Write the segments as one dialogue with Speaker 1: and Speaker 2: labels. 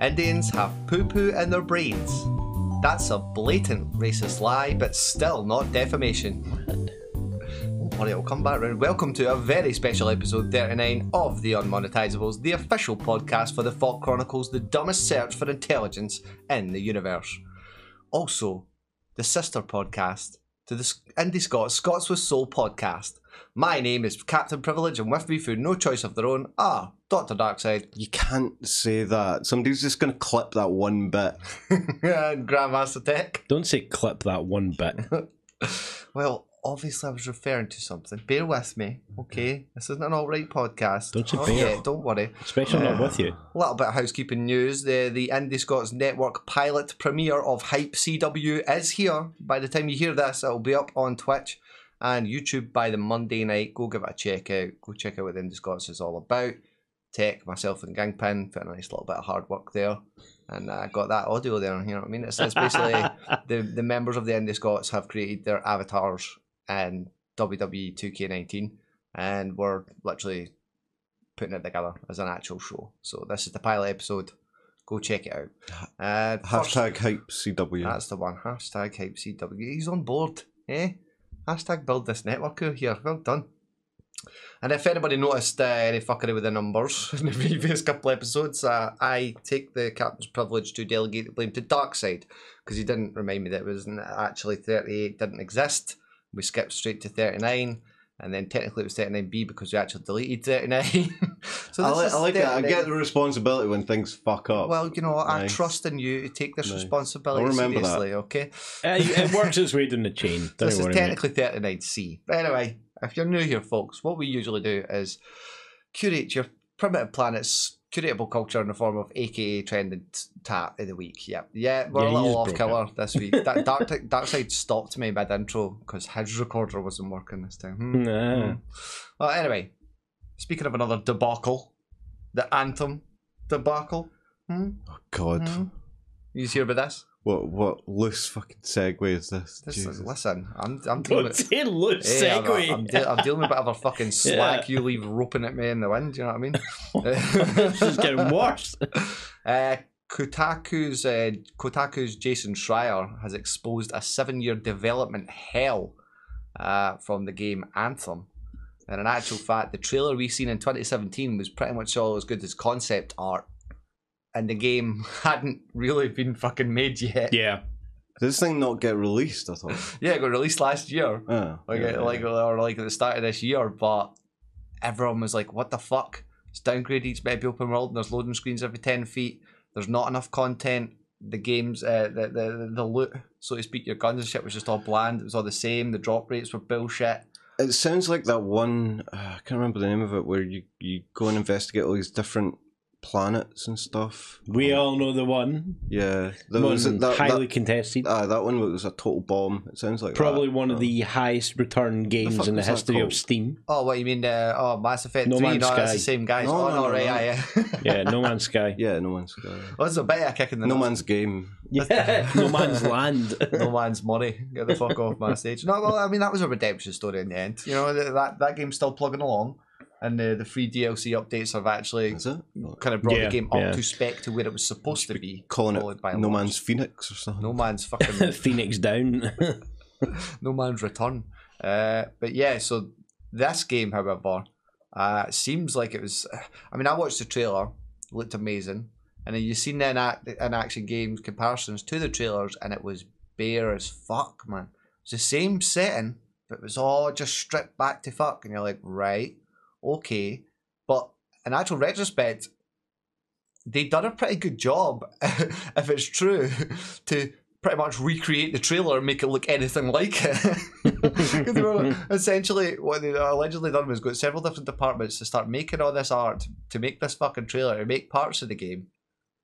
Speaker 1: Indians have poo poo in their brains. That's a blatant racist lie, but still not defamation. Oh, Don't worry, it'll come back round. Welcome to a very special episode 39 of The Unmonetizables, the official podcast for the Folk Chronicles, the dumbest search for intelligence in the universe. Also, the sister podcast to the S- Indie Scots, Scots with Soul podcast. My name is Captain Privilege, and with me, through no choice of their own, are Dr. Darkside
Speaker 2: You can't say that. Somebody's just going to clip that one bit.
Speaker 1: and Grandmaster Tech.
Speaker 3: Don't say clip that one bit.
Speaker 1: Well, obviously, I was referring to something. Bear with me, okay? This isn't an all right podcast.
Speaker 3: Don't you
Speaker 1: Not
Speaker 3: bear.
Speaker 1: yet, don't worry. Uh,
Speaker 3: Especially not with you.
Speaker 1: A little bit of housekeeping news. The, the Indie Scots Network pilot premiere of Hype CW is here. By the time you hear this, it'll be up on Twitch and YouTube by the Monday night. Go give it a check out. Go check out what the Indie Scots is all about. Tech, myself, and Gangpin put a nice little bit of hard work there. And I got that audio there, you know what I mean? It's, it's basically the, the members of the Indie Scots have created their avatars in E WWE 2K19 and we're literally putting it together as an actual show. So this is the pilot episode. Go check it out. Uh, first-
Speaker 2: Hashtag hype CW.
Speaker 1: that's the one. Hashtag hype CW. He's on board. Eh? Hashtag build this network out here. Well done. And if anybody noticed uh, any fuckery with the numbers in the previous couple episodes, uh, I take the captain's privilege to delegate the blame to Darkseid because he didn't remind me that it was n- actually 38 didn't exist. We skipped straight to 39. And then technically it was 39B because we actually deleted 39. so
Speaker 2: I,
Speaker 1: this
Speaker 2: li-
Speaker 1: is
Speaker 2: I like it. I
Speaker 1: 39.
Speaker 2: get the responsibility when things fuck up.
Speaker 1: Well, you know, I
Speaker 2: Nice.
Speaker 1: trust in you to take this
Speaker 2: Nice.
Speaker 1: responsibility
Speaker 2: I'll remember that.
Speaker 1: seriously, okay?
Speaker 3: Uh, it works its way down the chain. Don't
Speaker 1: this
Speaker 3: worry,
Speaker 1: is
Speaker 3: mate.
Speaker 1: technically 39C. But anyway, if you're new here, folks, what we usually do is curate your primitive planet's curatable culture in the form of AKA trend and t- tat of the week. Yep. Yeah, we're
Speaker 3: Yeah,
Speaker 1: a
Speaker 3: you
Speaker 1: little
Speaker 3: just
Speaker 1: off
Speaker 3: broke
Speaker 1: color this week. That Dark, Darkseid stopped me mid intro because his recorder wasn't working this time. Hmm.
Speaker 3: Nah.
Speaker 1: Well, anyway, speaking of another debacle, the Anthem debacle. Hmm?
Speaker 2: oh, God.
Speaker 1: Hmm? You hear about this?
Speaker 2: What what loose fucking segue is this?
Speaker 1: This
Speaker 2: Jesus.
Speaker 1: is, listen, I'm, I'm
Speaker 3: Don't
Speaker 1: dealing with
Speaker 3: say loose
Speaker 1: Hey, I'm,
Speaker 3: segue.
Speaker 1: I'm, de- I'm dealing with a bit of a fucking slack you leave roping at me in the wind. Do you know what I mean?
Speaker 3: this is getting worse.
Speaker 1: Uh, Kotaku's uh, Kotaku's Jason Schreier has exposed a seven-year development hell uh, from the game Anthem. And in actual fact, the trailer we seen in 2017 was pretty much all as good as concept art, and the game hadn't really been fucking made yet.
Speaker 3: Yeah.
Speaker 2: Did this thing not get released, I thought.
Speaker 1: yeah it got released last year.
Speaker 2: Oh,
Speaker 1: like
Speaker 2: yeah,
Speaker 1: like
Speaker 2: yeah.
Speaker 1: or like at the start of this year, but everyone was like, "What the fuck? It's downgraded. It's meant to be open world, and there's loading screens every ten feet. There's not enough content. The games, uh, the, the the loot, so to speak, your guns and shit was just all bland. It was all the same. The drop rates were bullshit.
Speaker 2: It sounds like that one, uh, I can't remember the name of it, where you, you go and investigate all these different planets and stuff.
Speaker 3: We
Speaker 2: Oh,
Speaker 3: all know the one.
Speaker 2: Yeah. There
Speaker 3: One
Speaker 2: was that, that,
Speaker 3: highly contested.
Speaker 2: ah, that one was a total bomb. It sounds like that.
Speaker 3: Probably one of
Speaker 2: Oh.
Speaker 3: the highest return games
Speaker 2: fuck
Speaker 3: in the
Speaker 2: was that
Speaker 3: history
Speaker 2: called?
Speaker 3: of Steam.
Speaker 1: Oh, what you mean? Uh, oh, Mass Effect
Speaker 3: No
Speaker 1: Three.
Speaker 3: Man's
Speaker 1: no, that's
Speaker 3: Sky.
Speaker 1: the same guys.
Speaker 2: No,
Speaker 1: oh,
Speaker 2: no,
Speaker 1: no,
Speaker 2: no,
Speaker 1: right,
Speaker 2: no.
Speaker 1: aye, aye.
Speaker 3: Yeah, No Man's Sky.
Speaker 2: Yeah, No Man's Sky.
Speaker 1: What's a better kick in the
Speaker 2: No
Speaker 1: nuts?
Speaker 2: Man's Game.
Speaker 3: Yeah, No Man's Land.
Speaker 1: no man's money. Get the fuck off my stage. No, well, I mean that was a redemption story in the end. You know that that, that game's still plugging along, and the the free DLC updates have actually
Speaker 2: Is it?
Speaker 1: kind of brought
Speaker 3: Yeah,
Speaker 1: the game up
Speaker 3: yeah.
Speaker 1: to spec to where it was supposed to be.
Speaker 2: Calling
Speaker 1: followed
Speaker 2: it
Speaker 1: by a
Speaker 2: No
Speaker 1: launch.
Speaker 2: Man's Phoenix or something.
Speaker 1: no man's fucking
Speaker 3: Phoenix Down.
Speaker 1: no man's return. Uh, but yeah, so this game, however, uh, seems like it was. I mean, I watched the trailer, looked amazing, and then you seen the in, act, in action games comparisons to the trailers, and it was bare as fuck, man. It's the same setting, but it was all just stripped back to fuck, and you're like, right, okay, but in actual retrospect. They've done a pretty good job, if it's true, to pretty much recreate the trailer and make it look anything like it. 'Cause they were- essentially, what they allegedly done was go to several different departments to start making all this art to make this fucking trailer and make parts of the game.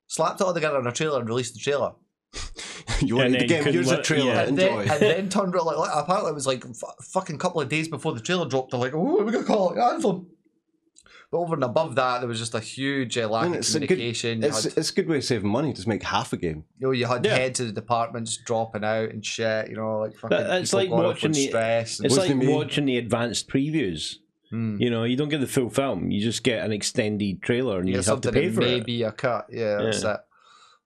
Speaker 1: Slapped it all together in a trailer and released the trailer.
Speaker 2: you
Speaker 3: And
Speaker 2: wanted the
Speaker 3: then
Speaker 2: game.
Speaker 3: couldn't
Speaker 2: Here's a
Speaker 3: let-
Speaker 2: trailer.
Speaker 3: yeah.
Speaker 1: And then,
Speaker 2: Enjoy.
Speaker 1: and then turned around, like, like, apparently it was like f- fucking couple of days before the trailer dropped, they're like, oh, what are we going to call it? Anthem. But over and above that, there was just a huge uh, lack
Speaker 2: And
Speaker 1: of
Speaker 2: it's a good-
Speaker 1: communication. You
Speaker 2: It's,
Speaker 1: had-
Speaker 2: it's a good way of saving money. Just make half a game.
Speaker 1: You know, you had
Speaker 3: Yeah.
Speaker 1: heads of the departments dropping out and shit. You know, like fucking
Speaker 3: That- it's
Speaker 1: people
Speaker 3: like
Speaker 1: going off
Speaker 3: watching
Speaker 1: with
Speaker 3: the-
Speaker 1: stress. And,
Speaker 3: It's
Speaker 2: What do
Speaker 3: like
Speaker 2: you mean?
Speaker 3: watching the advanced previews.
Speaker 1: Hmm.
Speaker 3: You know, you don't get the full film; you just get an extended trailer, and
Speaker 1: You
Speaker 3: you
Speaker 1: get
Speaker 3: have to
Speaker 1: something
Speaker 3: pay
Speaker 1: that
Speaker 3: for
Speaker 1: may
Speaker 3: it.
Speaker 1: be a cut. Yeah, that's it.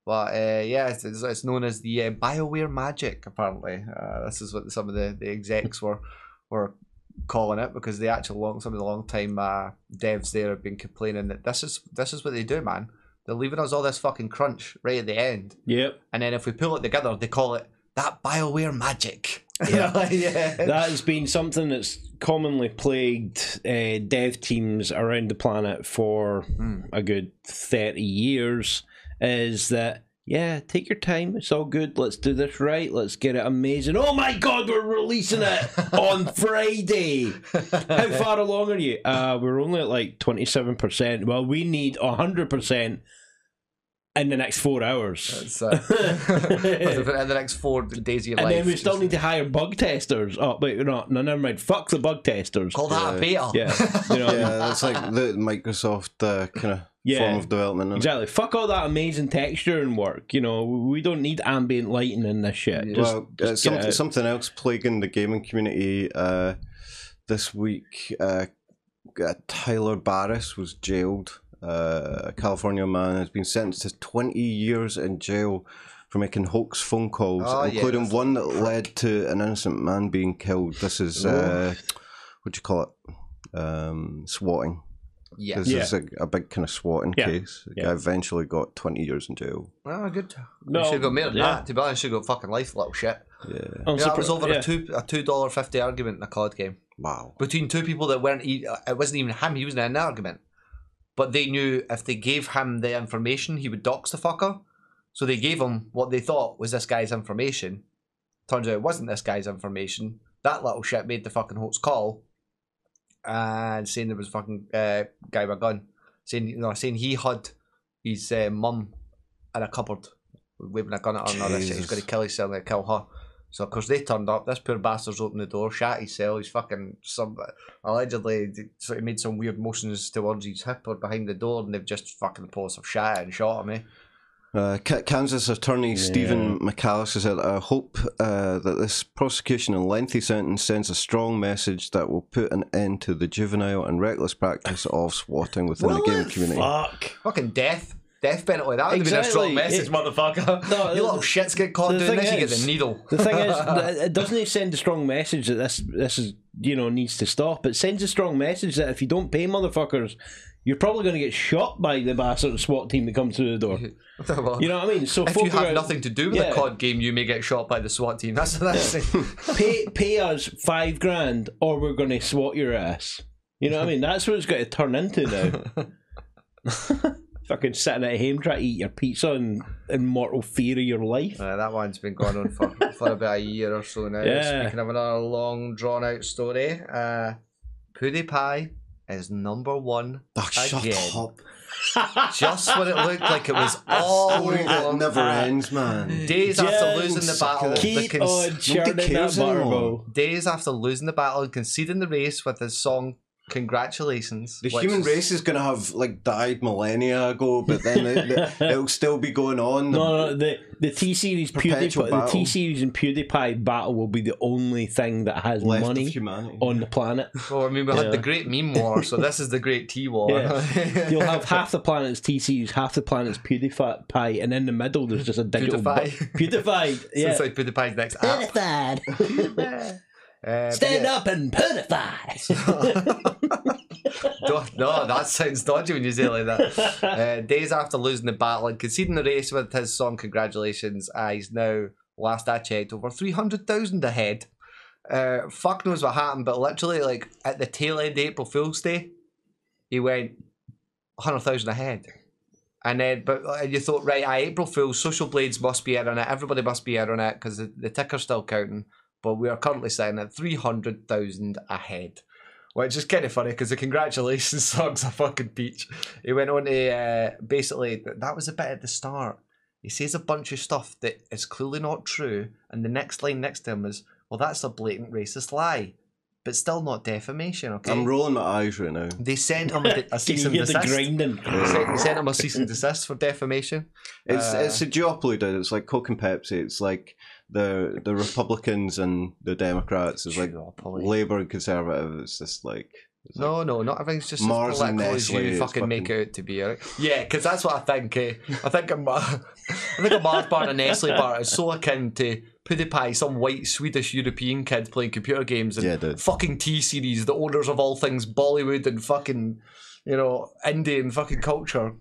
Speaker 1: But uh, yeah, it's, it's, it's known as the uh, Bioware magic. Apparently, uh, this is what some of the, the execs were were calling it because the actual long some of the long time uh, devs there have been complaining that this is this is what they do, man. They're leaving us all this fucking crunch right at the end,
Speaker 4: Yep.
Speaker 1: and then if we pull it together, they call it that Bioware magic.
Speaker 4: Yeah.
Speaker 1: Like, yeah.
Speaker 4: That has been something that's commonly plagued uh, dev teams around the planet for
Speaker 1: Hmm.
Speaker 4: a good 30 years is that, yeah, take your time. It's all good. Let's do this right. Let's get it amazing. Oh my God, we're releasing it on Friday. How far along are you? Uh, we're only at like 27%. Well, we need 100% in the next four hours.
Speaker 1: That's, uh, in the next four days of your
Speaker 4: And
Speaker 1: life.
Speaker 4: then we still
Speaker 1: just
Speaker 4: need to hire bug testers. Oh, but no, no, never mind. Fuck the bug testers.
Speaker 1: call that a beta.
Speaker 4: Yeah, you know,
Speaker 2: Yeah, that's like the Microsoft uh, kind of
Speaker 4: Yeah.
Speaker 2: form of development. isn't it?
Speaker 4: exactly. Fuck all that amazing texture and work. You know, we don't need ambient lighting in this shit.
Speaker 1: Yeah.
Speaker 4: Just,
Speaker 2: well,
Speaker 4: just
Speaker 2: uh,
Speaker 4: get it
Speaker 2: something,
Speaker 4: out.
Speaker 2: something else plaguing the gaming community uh, this week. Uh, uh, Tyler Barris was jailed. Uh, a California man has been sentenced to 20 years in jail for making hoax phone calls,
Speaker 1: Oh, yeah,
Speaker 2: including
Speaker 1: that's
Speaker 2: one that led to an innocent man being killed. This is uh, what do you call it? Um, swatting.
Speaker 1: yeah.
Speaker 2: This is a, a big kind of swatting
Speaker 4: Yeah.
Speaker 2: case. The guy
Speaker 4: Yeah.
Speaker 2: eventually got 20 years in jail.
Speaker 1: Well, good.
Speaker 4: No,
Speaker 1: No, should have got more than
Speaker 4: yeah.
Speaker 1: that. To be honest, should have got fucking life, little shit.
Speaker 2: Yeah.
Speaker 4: I'm
Speaker 1: Yeah, that was
Speaker 4: surpri-
Speaker 1: over
Speaker 4: yeah.
Speaker 1: a two a two dollar fifty argument in a card game
Speaker 2: Wow.
Speaker 1: between two people that weren't. e- It wasn't even him. He was in an argument, but they knew if they gave him the information, he would dox the fucker. So they gave him what they thought was this guy's information. Turns out it wasn't this guy's information. That little shit made the fucking hoax call, and saying there was a fucking uh, guy with a gun, saying you know, saying he had his uh, mum in a cupboard, waving a gun at her and all this shit. He's
Speaker 2: Jesus.
Speaker 1: going to kill himself and kill her. So of course they turned up. This poor bastard's opened the door, shat his cell. He's fucking some allegedly sort of made some weird motions towards his hip or behind the door, and they've just fucking pulled some shit and shot him. Eh?
Speaker 2: Uh, K- Kansas Attorney Stephen McAllister said, I hope uh, that this prosecution and lengthy sentence sends a strong message that will put an end to the juvenile and reckless practice of swatting within the gaming community.
Speaker 4: Fuck.
Speaker 1: Fucking death. Death penalty. That would have been a
Speaker 4: Exactly.
Speaker 1: strong message,
Speaker 4: It-
Speaker 1: motherfucker.
Speaker 4: No,
Speaker 1: you little
Speaker 4: the-
Speaker 1: shits get caught
Speaker 4: the
Speaker 1: doing
Speaker 4: thing
Speaker 1: this, you get
Speaker 4: is-
Speaker 1: the needle.
Speaker 4: The thing is, that it doesn't even send a strong message that this this is you know needs to stop. It sends a strong message that if you don't pay motherfuckers, you're probably going to get shot by the bastard SWAT team that comes through the door.
Speaker 1: Well,
Speaker 4: You know what I mean? So
Speaker 1: if
Speaker 4: folk
Speaker 1: you
Speaker 4: are
Speaker 1: have
Speaker 4: out-
Speaker 1: nothing to do with
Speaker 4: Yeah.
Speaker 1: a COD game, you may get shot by the SWAT team. That's that's
Speaker 4: pay pay us five grand or we're going to SWAT your ass. You know what I mean? That's what it's got to turn into now. Fucking sitting at home trying to eat your pizza in, in mortal fear of your life.
Speaker 1: Uh, that one's been going on for, for about a year or so now.
Speaker 4: Yeah.
Speaker 1: Speaking of another long, drawn out story, uh, PewDiePie is number one.
Speaker 2: Oh, shut
Speaker 1: Again.
Speaker 2: up.
Speaker 1: Just when it looked like it was all
Speaker 2: Story that
Speaker 1: over.
Speaker 2: never ends, man.
Speaker 1: Days after
Speaker 4: Just
Speaker 1: losing the battle, the
Speaker 4: Keep
Speaker 1: cons-
Speaker 4: on churning that
Speaker 2: cares anymore.
Speaker 4: barbell.
Speaker 1: days after losing the battle and conceding the race with his song "Congratulations,"
Speaker 2: The
Speaker 1: which
Speaker 2: human
Speaker 1: is-
Speaker 2: race is going to have like died millennia ago, but then it, will still be going on.
Speaker 4: No, no, the the T series
Speaker 2: Perpetual
Speaker 4: PewDiePie, the
Speaker 2: battle.
Speaker 4: T series and PewDiePie battle will be the only thing that has
Speaker 2: left of
Speaker 4: money Oh,
Speaker 2: humanity.
Speaker 4: on the planet.
Speaker 1: Well, I mean, we
Speaker 4: Yeah.
Speaker 1: had the Great Meme War, so this is the Great T War.
Speaker 4: Yeah. You'll have half the planet's TCUs, half the planet's PewDiePie, and in the middle there's just a digital
Speaker 1: PewDiePie.
Speaker 4: bu- PewDiePie.
Speaker 1: So
Speaker 4: Yeah.
Speaker 1: it's like PewDiePie's next app.
Speaker 4: Purified.
Speaker 1: Uh,
Speaker 4: Stand up and purify.
Speaker 1: Don't- no, that sounds dodgy when you say it like that. Uh, days after losing the battle and conceding the race with his song "Congratulations," uh, he's now, last I checked, over three hundred thousand ahead. Uh, fuck knows what happened, but literally, like at the tail end of April Fool's Day, he went hundred thousand ahead. And then, but and you thought, right, aye, April Fool's, Social Blades must be in on it. Everybody must be in on it because the, the ticker's still counting. But we are currently sitting at three hundred thousand ahead, which is kind of funny because the congratulations song's a fucking peach. He went on to uh, basically that was a bit at the start. He says a bunch of stuff that is clearly not true, and the next line next to him is, "Well, that's a blatant racist lie, but still not defamation." Okay,
Speaker 2: I'm rolling my eyes right now.
Speaker 1: they sent him a, a
Speaker 4: Can
Speaker 1: cease
Speaker 4: you
Speaker 1: and
Speaker 4: hear the
Speaker 1: desist.
Speaker 4: grinding?
Speaker 1: They sent, they sent him a cease and desist for defamation.
Speaker 2: It's
Speaker 1: Uh,
Speaker 2: it's a duopoly, dude. It's like Coke and Pepsi. It's like the the Republicans and the Democrats. It's like
Speaker 4: oh,
Speaker 1: Duopoly.
Speaker 2: Labour and Conservative. It's just like It's
Speaker 1: No, no, not everything's just as
Speaker 2: Mars and
Speaker 1: political as
Speaker 2: Nestle
Speaker 1: you
Speaker 2: is
Speaker 1: fucking, make
Speaker 2: fucking-
Speaker 1: it out to be. Right? Yeah, because that's what I think. Eh? I think a, Mar- I think a Mars bar and a Nestle bar is so akin to PewDiePie, some white Swedish European kid playing computer games and
Speaker 2: Yeah, dude.
Speaker 1: fucking T series, the owners of all things Bollywood and fucking you know Indian fucking culture,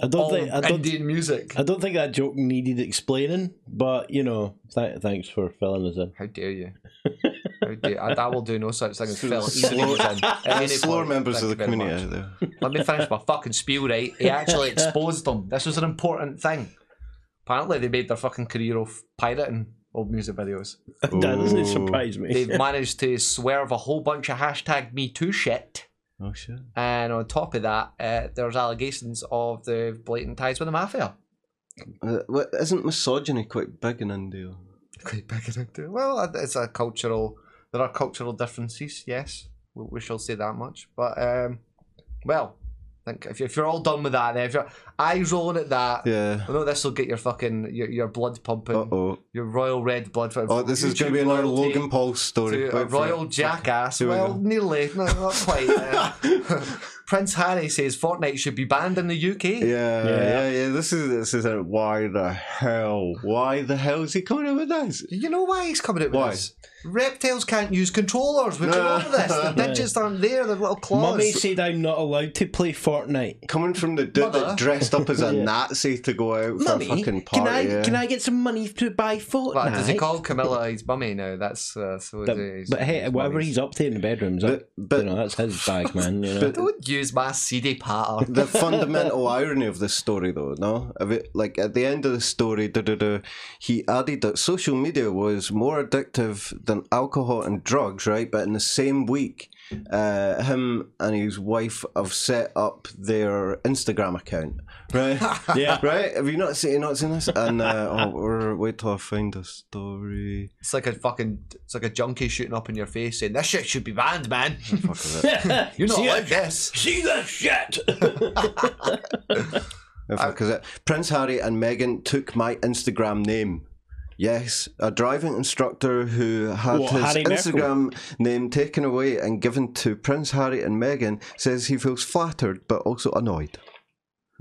Speaker 4: I don't
Speaker 1: all
Speaker 4: think I don't,
Speaker 1: Indian music.
Speaker 4: I don't think that joke needed explaining, but you know, th- thanks for filling us in.
Speaker 1: How dare you? How dare I, I will do no such thing as
Speaker 2: So
Speaker 1: fill
Speaker 2: slow-
Speaker 1: even if it's in. at
Speaker 2: Uh,
Speaker 1: any
Speaker 2: slower
Speaker 1: point.
Speaker 2: members
Speaker 1: Thank
Speaker 2: of the
Speaker 1: you very much.
Speaker 2: community out there.
Speaker 1: Let me finish my fucking spiel, right? He actually exposed them. This was an important thing. Apparently, they made their fucking career off pirating old music videos.
Speaker 4: that doesn't
Speaker 2: Ooh.
Speaker 4: surprise me.
Speaker 1: They've managed to swerve a whole bunch of hashtag Me Too shit.
Speaker 2: Oh shit.
Speaker 1: And on top of that, uh, there's allegations of the blatant ties with the mafia.
Speaker 2: Uh, what- isn't misogyny quite big in India?
Speaker 1: Quite big in India. Well, uh, it's a cultural. There are cultural differences. Yes, we, we shall say that much. But um, well, I think if, you, if you're all done with that, then if you're eyes rolling at that,
Speaker 2: Yeah.
Speaker 1: I know this will get your fucking your, your blood pumping,
Speaker 2: Uh oh.
Speaker 1: your royal red blood.
Speaker 2: Oh, this is going to be another Logan Paul story.
Speaker 1: to a
Speaker 2: Wait for it.
Speaker 1: royal jackass.
Speaker 2: Here we
Speaker 1: Well,
Speaker 2: go.
Speaker 1: nearly, no, not quite. uh, Prince Harry says Fortnite should be banned in the UK.
Speaker 2: Yeah,
Speaker 4: Yeah.
Speaker 2: yeah, yeah, This is this is a, why the hell? Why the hell is he coming out with this?
Speaker 1: You know why he's coming out with
Speaker 2: Why?
Speaker 1: this? Reptiles can't use controllers. We've
Speaker 2: No.
Speaker 1: gone over this. The digits aren't there. The little claws.
Speaker 4: Mummy said I'm not allowed to play Fortnite.
Speaker 2: Coming from the dude
Speaker 1: Mother.
Speaker 2: that dressed up as a Nazi to go out for a
Speaker 4: Mummy,
Speaker 2: fucking
Speaker 4: can
Speaker 2: party.
Speaker 4: I
Speaker 2: yeah.
Speaker 4: can I get some money to buy Fortnite?
Speaker 1: Well, does he call Camilla his mummy now? That's uh, so.
Speaker 4: That-
Speaker 1: he's-
Speaker 4: but hey,
Speaker 1: he's
Speaker 4: whatever
Speaker 1: mummies.
Speaker 4: he's up to in the bedrooms, that,
Speaker 2: But, but
Speaker 4: you know, that's his bag, man. You know,
Speaker 1: Don't use my CD pattern.
Speaker 2: the fundamental irony of this story, though, no, Of it- like at the end of the story, duh, duh, duh, he added that social media was more addictive than alcohol and drugs, right? But in the same week, uh, him and his wife have set up their Instagram account, right?
Speaker 4: yeah.
Speaker 2: right? Have you not seen? You not seen this? And uh, oh, we're- wait till I find the story.
Speaker 1: It's like a fucking. It's like a junkie shooting up in your face saying this shit should be banned, man.
Speaker 2: Fuck with it.
Speaker 1: You're not
Speaker 4: See
Speaker 1: like
Speaker 4: that?
Speaker 1: this.
Speaker 4: See that shit?
Speaker 2: Fuck with it. uh, Prince Harry and Meghan took my Instagram name. Yes, a driving instructor who had
Speaker 4: What,
Speaker 2: his
Speaker 4: Harry Merkel?
Speaker 2: Instagram name taken away and given to Prince Harry and Meghan says he feels flattered but also annoyed.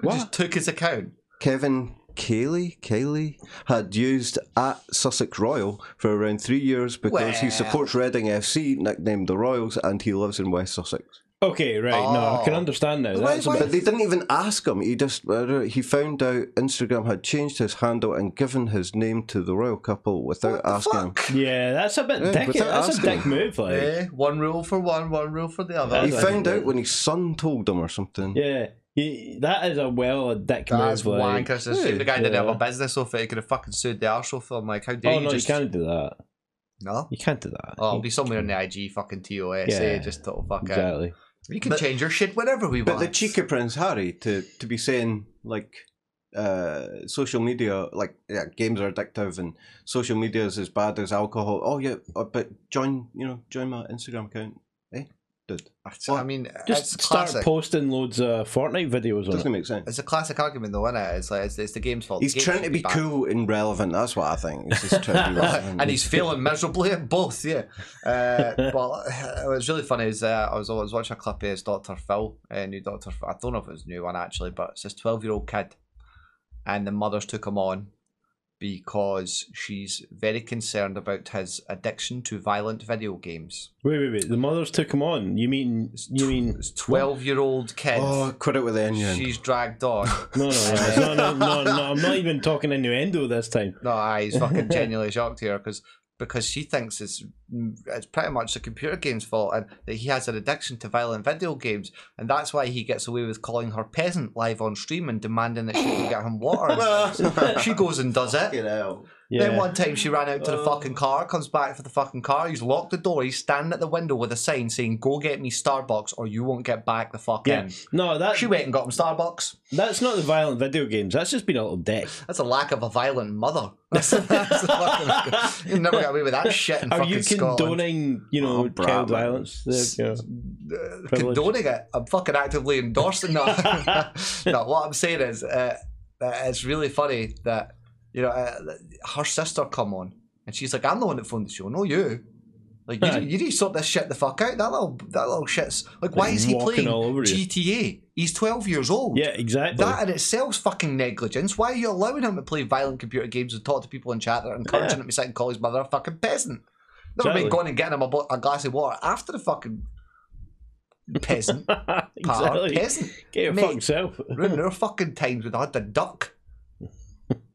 Speaker 1: Just took his account.
Speaker 2: Kevin Cayley, Cayley had used at Sussex Royal for around three years because he
Speaker 1: Well.
Speaker 2: supports Reading FC, nicknamed the Royals, and he lives in West Sussex.
Speaker 4: okay, right. No, I can understand now.
Speaker 1: Oh. why-
Speaker 4: That's a
Speaker 1: why-
Speaker 2: But they didn't even ask him. He just uh, he found out Instagram had changed his handle and given his name to the royal couple without asking him.
Speaker 4: bit- yeah, that's a bit
Speaker 2: Yeah,
Speaker 4: dick.
Speaker 2: without
Speaker 4: That's a
Speaker 2: asking.
Speaker 4: dick move, like. Yeah.
Speaker 1: Eh? One rule for one, one rule for the other.
Speaker 2: He
Speaker 4: That's
Speaker 2: found
Speaker 4: like-
Speaker 2: out when his son told him or something.
Speaker 4: He- that is a well a dick
Speaker 1: That's
Speaker 4: move, like.
Speaker 1: wank. It's a shame the guy didn't have
Speaker 4: yeah.
Speaker 1: a business off it. He could have fucking sued the arsehole for him. Like, how dare
Speaker 4: Oh
Speaker 1: you
Speaker 4: no,
Speaker 1: just.
Speaker 4: you can't do that.
Speaker 1: No.
Speaker 4: You can't do that.
Speaker 1: Oh, it'll be somewhere in the IG fucking TOS.
Speaker 4: Yeah.
Speaker 1: eh? Just total fuck out.
Speaker 4: exactly.
Speaker 1: We can change your shit whenever we
Speaker 2: But
Speaker 1: want.
Speaker 2: the cheeky Prince Harry to to be saying like uh social media like yeah games are addictive and social media is as bad as alcohol oh yeah uh, but join you know join my instagram account eh dude
Speaker 1: That's- I mean,
Speaker 4: Just
Speaker 1: it's
Speaker 4: start
Speaker 1: classic.
Speaker 4: posting loads of Fortnite videos on
Speaker 2: doesn't
Speaker 4: it.
Speaker 2: make sense
Speaker 1: it's a classic argument, though, isn't it? It's like it's, it's the game's fault.
Speaker 2: he's
Speaker 1: The game
Speaker 2: trying to
Speaker 1: should
Speaker 2: be
Speaker 1: banned.
Speaker 2: cool and relevant that's what i think he's just trying to be relevant
Speaker 1: and he's failing miserably at both. Yeah. Uh, well, what's really funny is uh, I was I was watching a clip of his Doctor Phil, uh, new Doctor. I don't know if it was a new one actually, but it's this twelve year old kid, and the mother's took him on because she's very concerned about his addiction to violent video games.
Speaker 4: Wait, wait, wait. The mothers took him on. You mean you mean
Speaker 1: Twelve year old kid.
Speaker 2: oh quit it with the onion
Speaker 1: She's dragged on.
Speaker 4: No, no, no, no, no, no, no. I'm not even talking innuendo this time.
Speaker 1: No, aye, he's fucking genuinely shocked here because because she thinks it's mm, it's pretty much the computer game's fault and that he has an addiction to violent video games and that's why he gets away with calling her peasant live on stream and demanding that she go get him water. and things. she goes and does it.
Speaker 4: Yeah.
Speaker 1: Then one time she ran out to the fucking car, comes back for the fucking car. He's locked the door. He's standing at the window with a sign saying "Go get me Starbucks or you won't get back the fuck
Speaker 4: yeah.
Speaker 1: in."
Speaker 4: No, that
Speaker 1: She went and got him Starbucks.
Speaker 4: that's not the violent video games. That's just been a little dick.
Speaker 1: That's a lack of a violent mother. That's, that's fucking, you never got away with that shit in
Speaker 3: Oh,
Speaker 4: Are
Speaker 1: fucking
Speaker 4: you
Speaker 1: Scotland.
Speaker 4: condoning, you know,
Speaker 2: Oh, brah,
Speaker 4: child
Speaker 2: man.
Speaker 4: violence? There, you know.
Speaker 1: Uh,
Speaker 4: privilege?
Speaker 1: condoning it. I'm fucking actively endorsing that. no, what I'm saying is, uh, uh, it's really funny that you know uh, her sister come on and she's like, "I'm the one that phoned the show, no you." Like you,
Speaker 3: Aye.
Speaker 1: need- you need to sort this shit the fuck out. That little that little shit's like why is he
Speaker 3: walking
Speaker 1: playing
Speaker 3: all over you.
Speaker 1: GTA? He's twelve years old.
Speaker 4: Yeah, exactly.
Speaker 1: That in itself's fucking negligence. Why are you allowing him to play violent computer games and talk to people in chat that are encouraging him to sit and call his mother a fucking peasant? Never mind
Speaker 4: Exactly.
Speaker 1: going and getting him a, bo- a glass of water after the fucking peasant. pal,
Speaker 4: exactly.
Speaker 1: peasant.
Speaker 4: Get your
Speaker 1: Mate.
Speaker 4: fucking self.
Speaker 1: Remember there were fucking times when I had to duck.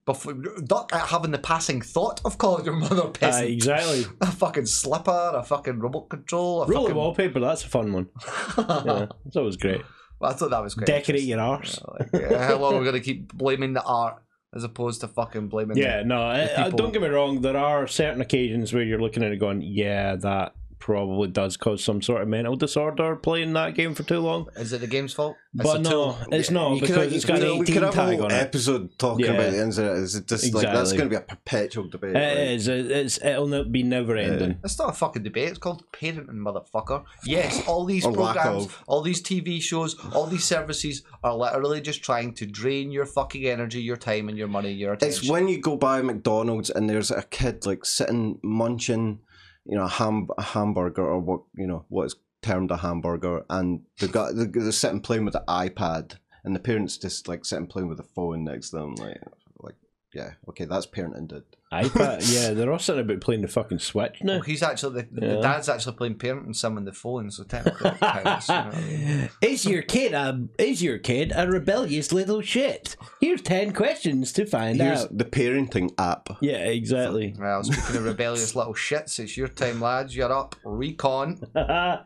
Speaker 1: Before, duck at having the passing thought of calling your mother
Speaker 4: Aye,
Speaker 1: peasant.
Speaker 4: exactly.
Speaker 1: a fucking slipper, a fucking remote control, a
Speaker 4: Roll
Speaker 1: fucking.
Speaker 4: of wallpaper, that's a fun one. Yeah, it's always great.
Speaker 1: Well, I thought that was great.
Speaker 4: Decorate your arse.
Speaker 1: Like, yeah, how long are we gonna keep blaming the art as opposed to fucking blaming?
Speaker 4: Yeah, no, I, I,
Speaker 1: people-
Speaker 4: don't get me wrong. There are certain occasions where you're looking at it going, yeah, that probably does cause some sort of mental disorder playing that game for too long.
Speaker 1: The, is it the game's fault?
Speaker 4: But no, it's not
Speaker 2: You could-
Speaker 4: because
Speaker 2: you
Speaker 4: it's got
Speaker 2: could-
Speaker 4: an
Speaker 2: we could
Speaker 4: 18
Speaker 2: have a
Speaker 4: tag
Speaker 2: whole
Speaker 4: on it.
Speaker 2: episode talking
Speaker 4: Yeah.
Speaker 2: about the internet. It's just like that's
Speaker 4: Exactly.
Speaker 2: going to be a perpetual debate.
Speaker 4: It
Speaker 2: like.
Speaker 4: is. it- It's, it'll not be never ending.
Speaker 1: It's not a fucking debate. It's called parenting, motherfucker. Yes, all these
Speaker 2: Or lack
Speaker 1: programs,
Speaker 2: of.
Speaker 1: all these TV shows, all these services are literally just trying to drain your fucking energy, your time, and your money, your attention.
Speaker 2: It's when you go by McDonald's and there's a kid like sitting munching, you know, a, ham- a hamburger or what you know what's termed a hamburger, and they've got they're, they're sitting playing with the iPad, and the parents just like sitting playing with the phone next to them, like like yeah, okay, that's parenting, dude.
Speaker 4: iPad, yeah, they're all sitting about playing the fucking Switch
Speaker 1: Oh,
Speaker 4: now.
Speaker 1: he's actually the, the
Speaker 4: Yeah.
Speaker 1: dad's actually playing parenting some on the phone, so technically it counts. you know what I mean?
Speaker 3: Is your kid a is your kid a rebellious little shit? Here's ten questions to find
Speaker 2: Here's
Speaker 3: out.
Speaker 2: the parenting app.
Speaker 4: Yeah, exactly.
Speaker 1: Well, speaking of rebellious little shits, it's your time, lads. You're up. Recon.
Speaker 4: all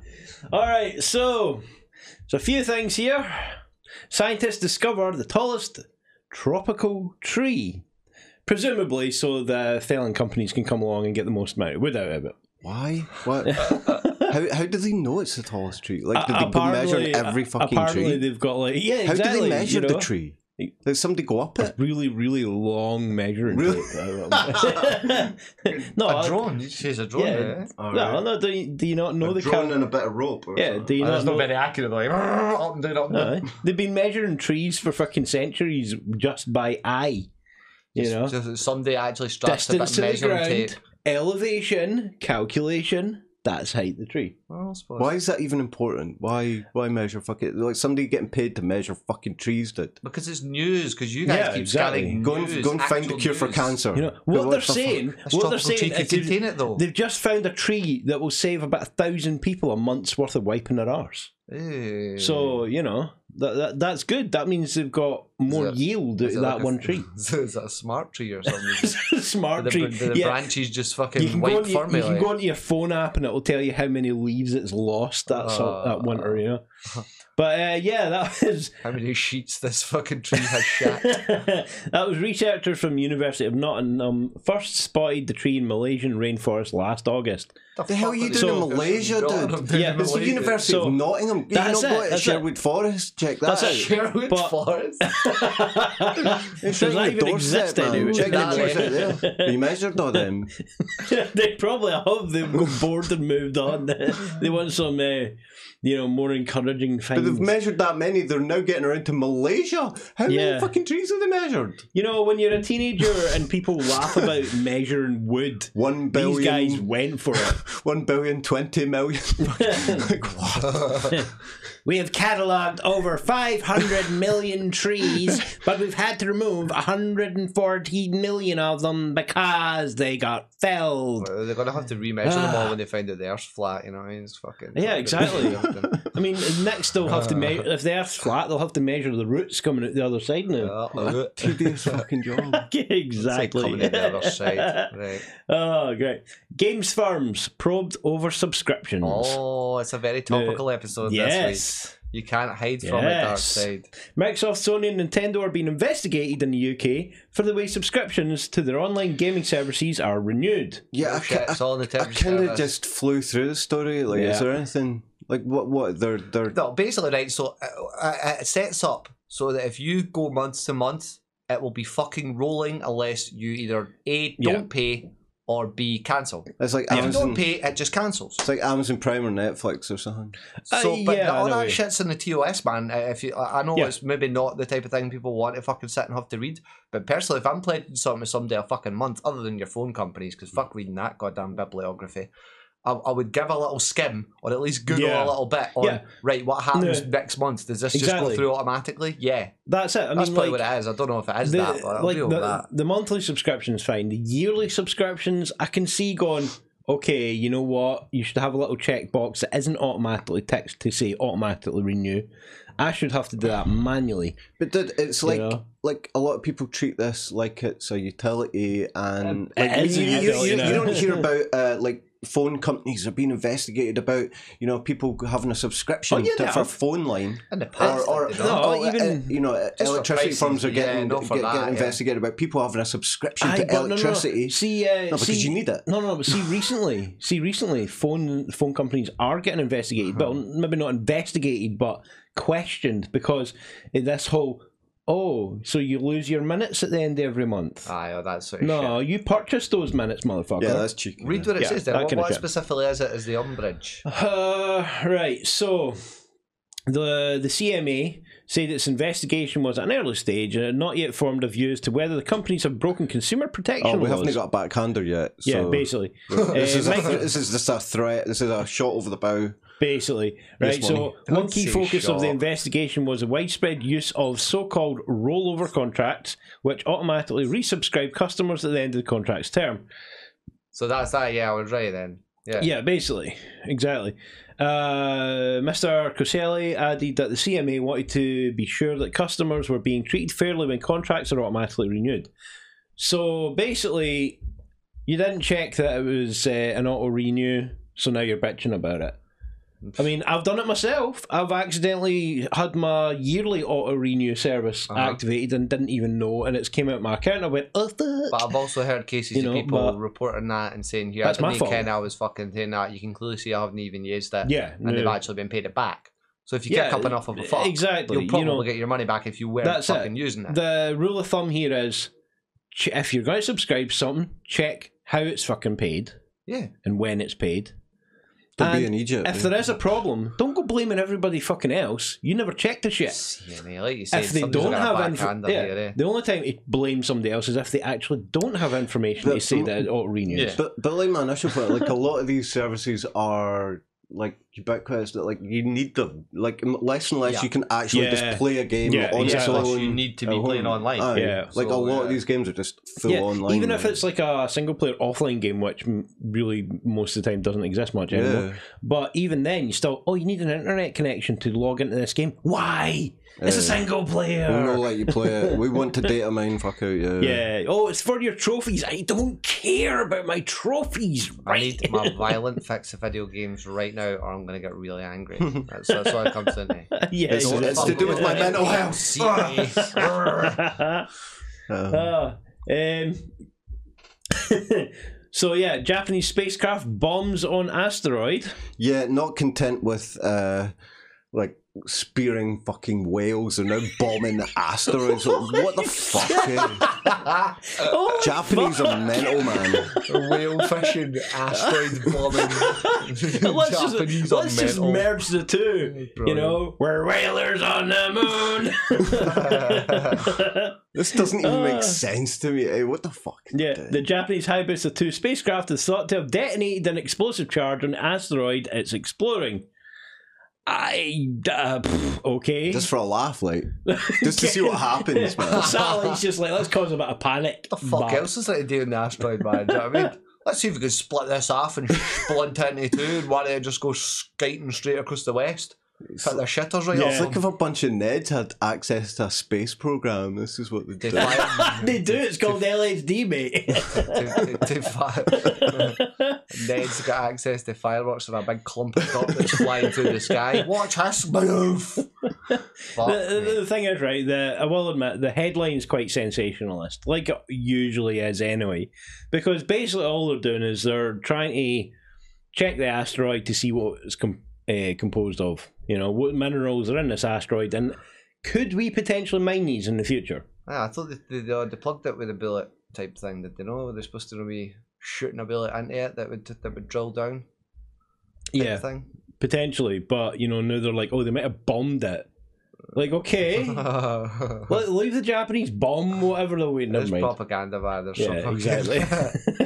Speaker 4: right, so so a few things here. Scientists discover the tallest tropical tree, presumably so the felon companies can come along and get the most amount of wood out of it.
Speaker 2: Why? What? how how do they know it's the tallest tree? Like, did
Speaker 4: A-
Speaker 2: they go measuring every fucking
Speaker 4: apparently
Speaker 2: tree?
Speaker 4: they've got like yeah,
Speaker 2: How
Speaker 4: exactly.
Speaker 2: do they
Speaker 4: you
Speaker 2: measure
Speaker 4: know?
Speaker 2: the tree? Did somebody go up it?
Speaker 4: Really, really long measuring.
Speaker 2: Really?
Speaker 4: tape. I don't know. no,
Speaker 1: a
Speaker 4: I-
Speaker 1: drone. You say it's a drone. eh?
Speaker 4: Yeah.
Speaker 1: Yeah.
Speaker 4: no, no. Do you, do you not know the count?
Speaker 2: a bit of rope. Or
Speaker 4: Yeah, do you not
Speaker 1: Oh, That's
Speaker 4: know?
Speaker 1: not very accurate. Like up and down, up and down.
Speaker 4: Aye. They've been measuring trees for fucking centuries just by eye. You know,
Speaker 1: So that somebody actually straps a bit
Speaker 4: distance to
Speaker 1: of
Speaker 4: the
Speaker 1: measuring
Speaker 4: ground,
Speaker 1: tape.
Speaker 4: elevation, calculation. That's height of the tree.
Speaker 1: Well, I suppose.
Speaker 2: Why is that even important? Why why measure fucking like somebody getting paid to measure fucking trees? Dude,
Speaker 1: Because it's news. Because you guys
Speaker 4: Yeah,
Speaker 1: keep
Speaker 4: exactly.
Speaker 1: scanning
Speaker 2: go and
Speaker 1: news,
Speaker 2: go and find a
Speaker 1: actual
Speaker 2: cure for
Speaker 1: news.
Speaker 2: cancer.
Speaker 4: You know
Speaker 2: But
Speaker 4: what they're
Speaker 2: the fuck-
Speaker 4: saying.
Speaker 1: That's
Speaker 4: What they're
Speaker 1: tropical tree
Speaker 4: saying
Speaker 1: can
Speaker 4: is they've-
Speaker 1: contain it, though.
Speaker 4: they've just found a tree that will save about a thousand people a month's worth of wiping their arse.
Speaker 1: Eh.
Speaker 4: So you know that, that that's good. That means they've got more
Speaker 1: it-
Speaker 4: yield out
Speaker 1: Is it
Speaker 4: of that
Speaker 1: like a-
Speaker 4: one tree.
Speaker 1: So is that a smart tree or something? Do
Speaker 4: Smart
Speaker 1: the,
Speaker 4: tree.
Speaker 1: do the
Speaker 4: yeah.
Speaker 1: branches just
Speaker 4: You
Speaker 1: fucking
Speaker 4: can, go
Speaker 1: wipe
Speaker 4: on,
Speaker 1: for
Speaker 4: your,
Speaker 1: me.
Speaker 4: you can
Speaker 1: like?
Speaker 4: go onto your phone app and it will tell you how many leaves it's lost that sort, that winter, you know. But uh, yeah, that was
Speaker 1: How many sheets this fucking tree has shat?
Speaker 4: that was researchers from University of Nottingham um, first spotted the tree in Malaysian rainforest last August.
Speaker 2: The hell
Speaker 1: fuck
Speaker 2: are
Speaker 1: are
Speaker 2: you doing
Speaker 1: they
Speaker 2: in Malaysia,
Speaker 1: doing?
Speaker 2: dude?
Speaker 1: They're
Speaker 4: Yeah,
Speaker 1: doing
Speaker 2: It's the
Speaker 1: Malaysia.
Speaker 2: University
Speaker 4: So-
Speaker 2: of Nottingham. You
Speaker 4: That's
Speaker 2: know
Speaker 4: it,
Speaker 2: what? It's
Speaker 4: that's it.
Speaker 2: Sherwood Forest. Check that.
Speaker 4: That's it.
Speaker 2: out.
Speaker 1: Sherwood
Speaker 4: But-
Speaker 1: Forest.
Speaker 2: It's right on
Speaker 4: Does that
Speaker 2: your
Speaker 4: even exist
Speaker 2: doorstep, man.
Speaker 4: anyway?
Speaker 2: Check
Speaker 1: Nah,
Speaker 2: that out. Yeah. Have You measured all them.
Speaker 4: they probably have. They've got bored and moved on. they want some, uh, you know, more encouraging
Speaker 2: But they've
Speaker 4: things.
Speaker 2: measured that many. They're now getting around to Malaysia. How many
Speaker 4: Yeah.
Speaker 2: fucking trees have they measured?
Speaker 4: you know, when you're a teenager and people laugh about measuring wood,
Speaker 2: One
Speaker 4: these
Speaker 2: billion.
Speaker 4: guys went for it.
Speaker 2: One billion twenty million. like what?
Speaker 3: We have catalogued over 500 million trees, but we've had to remove 114 million of them because they got felled.
Speaker 1: Well, Uh, They're gonna have to remeasure them all when they find that the Earth's flat. You know, what I mean, it's fucking.
Speaker 4: Ah. Yeah, exactly.
Speaker 1: Uh
Speaker 4: I mean, next they'll have to
Speaker 3: Uh.
Speaker 4: measure. If the Earth's flat, they'll have to measure the roots coming out the other side now.
Speaker 1: uh,
Speaker 2: Tedious fucking job.
Speaker 1: coming in
Speaker 4: exactly.
Speaker 1: the other side. Right.
Speaker 4: oh, great. Games firms probed over subscriptions.
Speaker 1: Oh, it's a very topical episode this
Speaker 4: yes.
Speaker 1: week. You can't hide from it, dark
Speaker 4: Yes.
Speaker 1: side.
Speaker 4: Microsoft, Sony, and Nintendo are being investigated in the UK for the way subscriptions to their online gaming services are renewed.
Speaker 2: Yeah, I,
Speaker 1: Shit, it's all in the
Speaker 2: I,
Speaker 1: terms of
Speaker 2: kind of
Speaker 1: service.
Speaker 2: just flew through the story. Like, is
Speaker 4: Yeah.
Speaker 2: there anything like what? What they're they're
Speaker 1: No, basically, right. So uh, uh, it sets up so that if you go month to month, it will be fucking rolling unless you either a don't
Speaker 4: Yeah.
Speaker 1: pay or b cancel.
Speaker 2: it's like
Speaker 1: If you
Speaker 2: Amazon.
Speaker 1: don't pay, it just cancels.
Speaker 2: It's like Amazon Prime or Netflix or something.
Speaker 4: Uh,
Speaker 1: So, but
Speaker 4: yeah,
Speaker 1: all
Speaker 4: in a
Speaker 1: that
Speaker 4: way.
Speaker 1: shit's in the TOS, man. Uh, If you, I I know
Speaker 4: Yeah.
Speaker 1: it's maybe not the type of thing people want to fucking sit and have to read, but personally, if I'm playing something with somebody a fucking month, other than your phone companies, because fuck reading that goddamn bibliography, I, I would give a little skim or at least Google
Speaker 4: Yeah.
Speaker 1: a little bit on
Speaker 4: Yeah.
Speaker 1: right what happens
Speaker 4: Yeah.
Speaker 1: next month. Does this just
Speaker 4: Exactly.
Speaker 1: go through automatically? Yeah,
Speaker 4: That's it. I
Speaker 1: that's
Speaker 4: mean,
Speaker 1: probably
Speaker 4: like,
Speaker 1: what it is. I don't know if it is
Speaker 4: the,
Speaker 1: that, but I'll
Speaker 4: like
Speaker 1: deal
Speaker 4: the,
Speaker 1: with that.
Speaker 4: the monthly subscription's fine. The yearly subscriptions, I can see going, okay, you know what? You should have a little checkbox that isn't automatically ticked to say automatically renew. I should have to do that manually.
Speaker 2: But did, it's like
Speaker 4: Yeah.
Speaker 2: like a lot of people treat this like it's a utility, and
Speaker 4: Um, it
Speaker 2: like,
Speaker 4: is
Speaker 2: you,
Speaker 4: a
Speaker 2: you-
Speaker 4: utility,
Speaker 2: you-
Speaker 4: no.
Speaker 2: you don't hear about uh, like phone companies are being investigated about you know people having a subscription
Speaker 4: Oh, yeah,
Speaker 2: to-
Speaker 4: they
Speaker 2: for
Speaker 4: have.
Speaker 2: phone line.
Speaker 1: In the past,
Speaker 2: Or, or,
Speaker 1: they've
Speaker 2: no,
Speaker 1: done it.
Speaker 4: No, even-
Speaker 2: even you know, uh,
Speaker 1: for
Speaker 2: electricity
Speaker 1: prices,
Speaker 2: firms are
Speaker 1: yeah,
Speaker 2: getting
Speaker 1: not for
Speaker 2: get,
Speaker 1: that,
Speaker 2: getting
Speaker 1: yeah.
Speaker 2: investigated about people having a subscription
Speaker 4: Aye,
Speaker 2: to
Speaker 4: but no, no, no.
Speaker 2: electricity.
Speaker 4: See, uh,
Speaker 2: No, because
Speaker 4: see,
Speaker 2: you need it.
Speaker 4: No, no, but see, recently, see, recently, phone phone companies are getting investigated,
Speaker 2: Uh-huh.
Speaker 4: but maybe not investigated, but questioned because of this whole. Oh, so you lose your minutes at the end of every month?
Speaker 1: Aye, oh, that sort of shit.
Speaker 4: no, you purchased those minutes, motherfucker.
Speaker 2: Ah, Yeah, that's cheeky.
Speaker 1: Read what it
Speaker 4: Yeah,
Speaker 1: says there.
Speaker 4: that
Speaker 1: What,
Speaker 4: kind of
Speaker 1: what
Speaker 4: shit.
Speaker 1: specifically is it? Is the umbrage?
Speaker 4: Uh, right. So the the CMA said its investigation was at an early stage and had not yet formed a view as to whether the companies have broken consumer protection
Speaker 2: Oh, we
Speaker 4: laws.
Speaker 2: haven't got a backhander yet. So
Speaker 4: yeah, basically.
Speaker 2: this
Speaker 4: Uh,
Speaker 2: is a,
Speaker 4: Mike-
Speaker 2: this is just a threat. This is a shot over the bow.
Speaker 4: Basically, right.
Speaker 2: Yes,
Speaker 4: So
Speaker 1: Don't
Speaker 4: one key
Speaker 1: say
Speaker 4: focus of the
Speaker 1: shot.
Speaker 4: investigation was the widespread use of so-called rollover contracts, which automatically resubscribe customers at the end of the contract's term.
Speaker 1: So that's that. Yeah, I was right then. Yeah.
Speaker 4: Yeah, basically, exactly. Uh, Mr. Coselli added that the CMA wanted to be sure that customers were being treated fairly when contracts are automatically renewed. So basically, you didn't check that it was uh, an auto renew, so now you're bitching about it. I mean, I've done it myself. I've accidentally had my yearly auto renew service
Speaker 1: Uh-huh.
Speaker 4: activated and didn't even know, and it's came out my account. And I went, oh, fuck."
Speaker 1: But I've also heard cases
Speaker 4: You know,
Speaker 1: of people
Speaker 4: but-
Speaker 1: reporting that and saying, "Yeah,
Speaker 4: That's
Speaker 1: I
Speaker 4: my
Speaker 1: didn't
Speaker 4: fault.
Speaker 1: ken I was fucking doing that." You can clearly see I haven't even used it,
Speaker 4: yeah,
Speaker 1: and they've
Speaker 4: no.
Speaker 1: actually been paid it back. So if you
Speaker 4: Yeah, e,
Speaker 1: kick up enough of a fuck,
Speaker 4: exactly.
Speaker 1: you'll probably
Speaker 4: you know,
Speaker 1: get your money back if you weren't
Speaker 4: That's it.
Speaker 1: fucking using it.
Speaker 4: the rule of thumb here is ch- if you're going to subscribe to something, check how it's fucking paid
Speaker 1: yeah,
Speaker 4: and when it's paid.
Speaker 2: Don't
Speaker 4: And
Speaker 2: be in Egypt.
Speaker 4: If there is a problem, don't go blaming everybody fucking else. You never check the shit.
Speaker 1: CMA, like you said,
Speaker 4: If they
Speaker 1: somebody's
Speaker 4: don't
Speaker 1: got a
Speaker 4: have information,
Speaker 1: backhander here, eh?
Speaker 4: the only time to blame somebody else is if they actually don't have information to
Speaker 2: But-
Speaker 4: say that it auto renews.
Speaker 1: Yeah.
Speaker 2: But but like my initial point, like a lot of these services are like ubiquitous. That like you need them. Like m- less and less
Speaker 1: Yeah.
Speaker 2: you can actually
Speaker 4: Yeah.
Speaker 2: just play a game
Speaker 4: Yeah,
Speaker 2: on
Speaker 4: yeah.
Speaker 2: its
Speaker 4: Plus
Speaker 2: own.
Speaker 1: you need to be
Speaker 2: at
Speaker 1: playing
Speaker 2: home.
Speaker 1: online.
Speaker 2: Aye.
Speaker 4: Oh, Yeah.
Speaker 2: like
Speaker 1: So,
Speaker 2: a lot
Speaker 1: yeah.
Speaker 2: of these games are just full
Speaker 4: Yeah,
Speaker 2: online.
Speaker 4: even if
Speaker 2: now.
Speaker 4: it's like a single player offline game, which m- really most of the time doesn't exist much anymore.
Speaker 2: yeah,
Speaker 4: But even then, you still, oh, you need an internet connection to log into this game. Why? It's a
Speaker 2: Yeah.
Speaker 4: single player.
Speaker 2: we'll not let you play it. We want to data mine. Fuck out. Yeah.
Speaker 4: Yeah. Oh, it's for your trophies. I don't care about my trophies.
Speaker 1: I
Speaker 4: Right.
Speaker 1: need my violent fix of video games right now, or I'm gonna get really angry. That's, that's what it comes down to.
Speaker 4: yeah.
Speaker 2: It's-
Speaker 4: yeah.
Speaker 2: it's to do with my mental health.
Speaker 1: CMA.
Speaker 2: Uh,
Speaker 4: Ah, um, so yeah, Japanese spacecraft bombs on asteroid.
Speaker 2: yeah. Not content with uh, like spearing fucking whales and now bombing asteroids. Like, what the fuck? eh?
Speaker 1: Uh,
Speaker 4: Oh,
Speaker 2: Japanese are mental, man.
Speaker 1: whale fishing, asteroid bombing.
Speaker 4: let's just, let's just merge the two. You
Speaker 1: Brilliant.
Speaker 4: know, we're whalers on the moon.
Speaker 2: This doesn't even
Speaker 4: Uh.
Speaker 2: make sense to me. eh? what the fuck?
Speaker 4: Yeah, the Japanese Hayabusa 2 spacecraft is thought to have detonated an explosive charge on an asteroid it's exploring. I. Uh, pff, okay.
Speaker 2: just for a laugh, like just to see what happens, man.
Speaker 4: Satellite's just like, let's cause a bit of panic.
Speaker 1: the fuck
Speaker 4: But-
Speaker 1: else is there to do in the asteroid, man? Do you know what I mean? Let's see if we can split this off and splint it into two, and one of them just go skating straight across the west. Cut their shitters right
Speaker 2: It's
Speaker 1: off.
Speaker 2: like if a bunch of Neds had access to a space program. This is what they
Speaker 1: To
Speaker 2: did.
Speaker 1: fi-
Speaker 4: They do, it's called LSD, mate.
Speaker 1: to, to, to fi- Ned's got access to fireworks and a big clump of cop that's flying through the sky. Watch us move! Fuck
Speaker 4: the, the,
Speaker 1: me.
Speaker 4: the thing is, right, the, I will admit, the headline's quite sensationalist, like it usually is anyway, because basically all they're doing is they're trying to check the asteroid to see what it's com- uh, composed of, you know, what minerals are in this asteroid, and could we potentially mine these in the future?
Speaker 1: Ah, I thought they, they, they plugged it with a bullet type thing. Did they know they're supposed to be shooting a bullet into it that would that would drill down? type
Speaker 4: Yeah,
Speaker 1: Thing.
Speaker 4: potentially, but, you know, now they're like, oh, they might have bombed it. Like, okay,
Speaker 1: There's
Speaker 4: le- leave the Japanese bomb, whatever the way. Never mind.
Speaker 1: propaganda by there's
Speaker 4: Yeah,
Speaker 1: some
Speaker 4: exactly.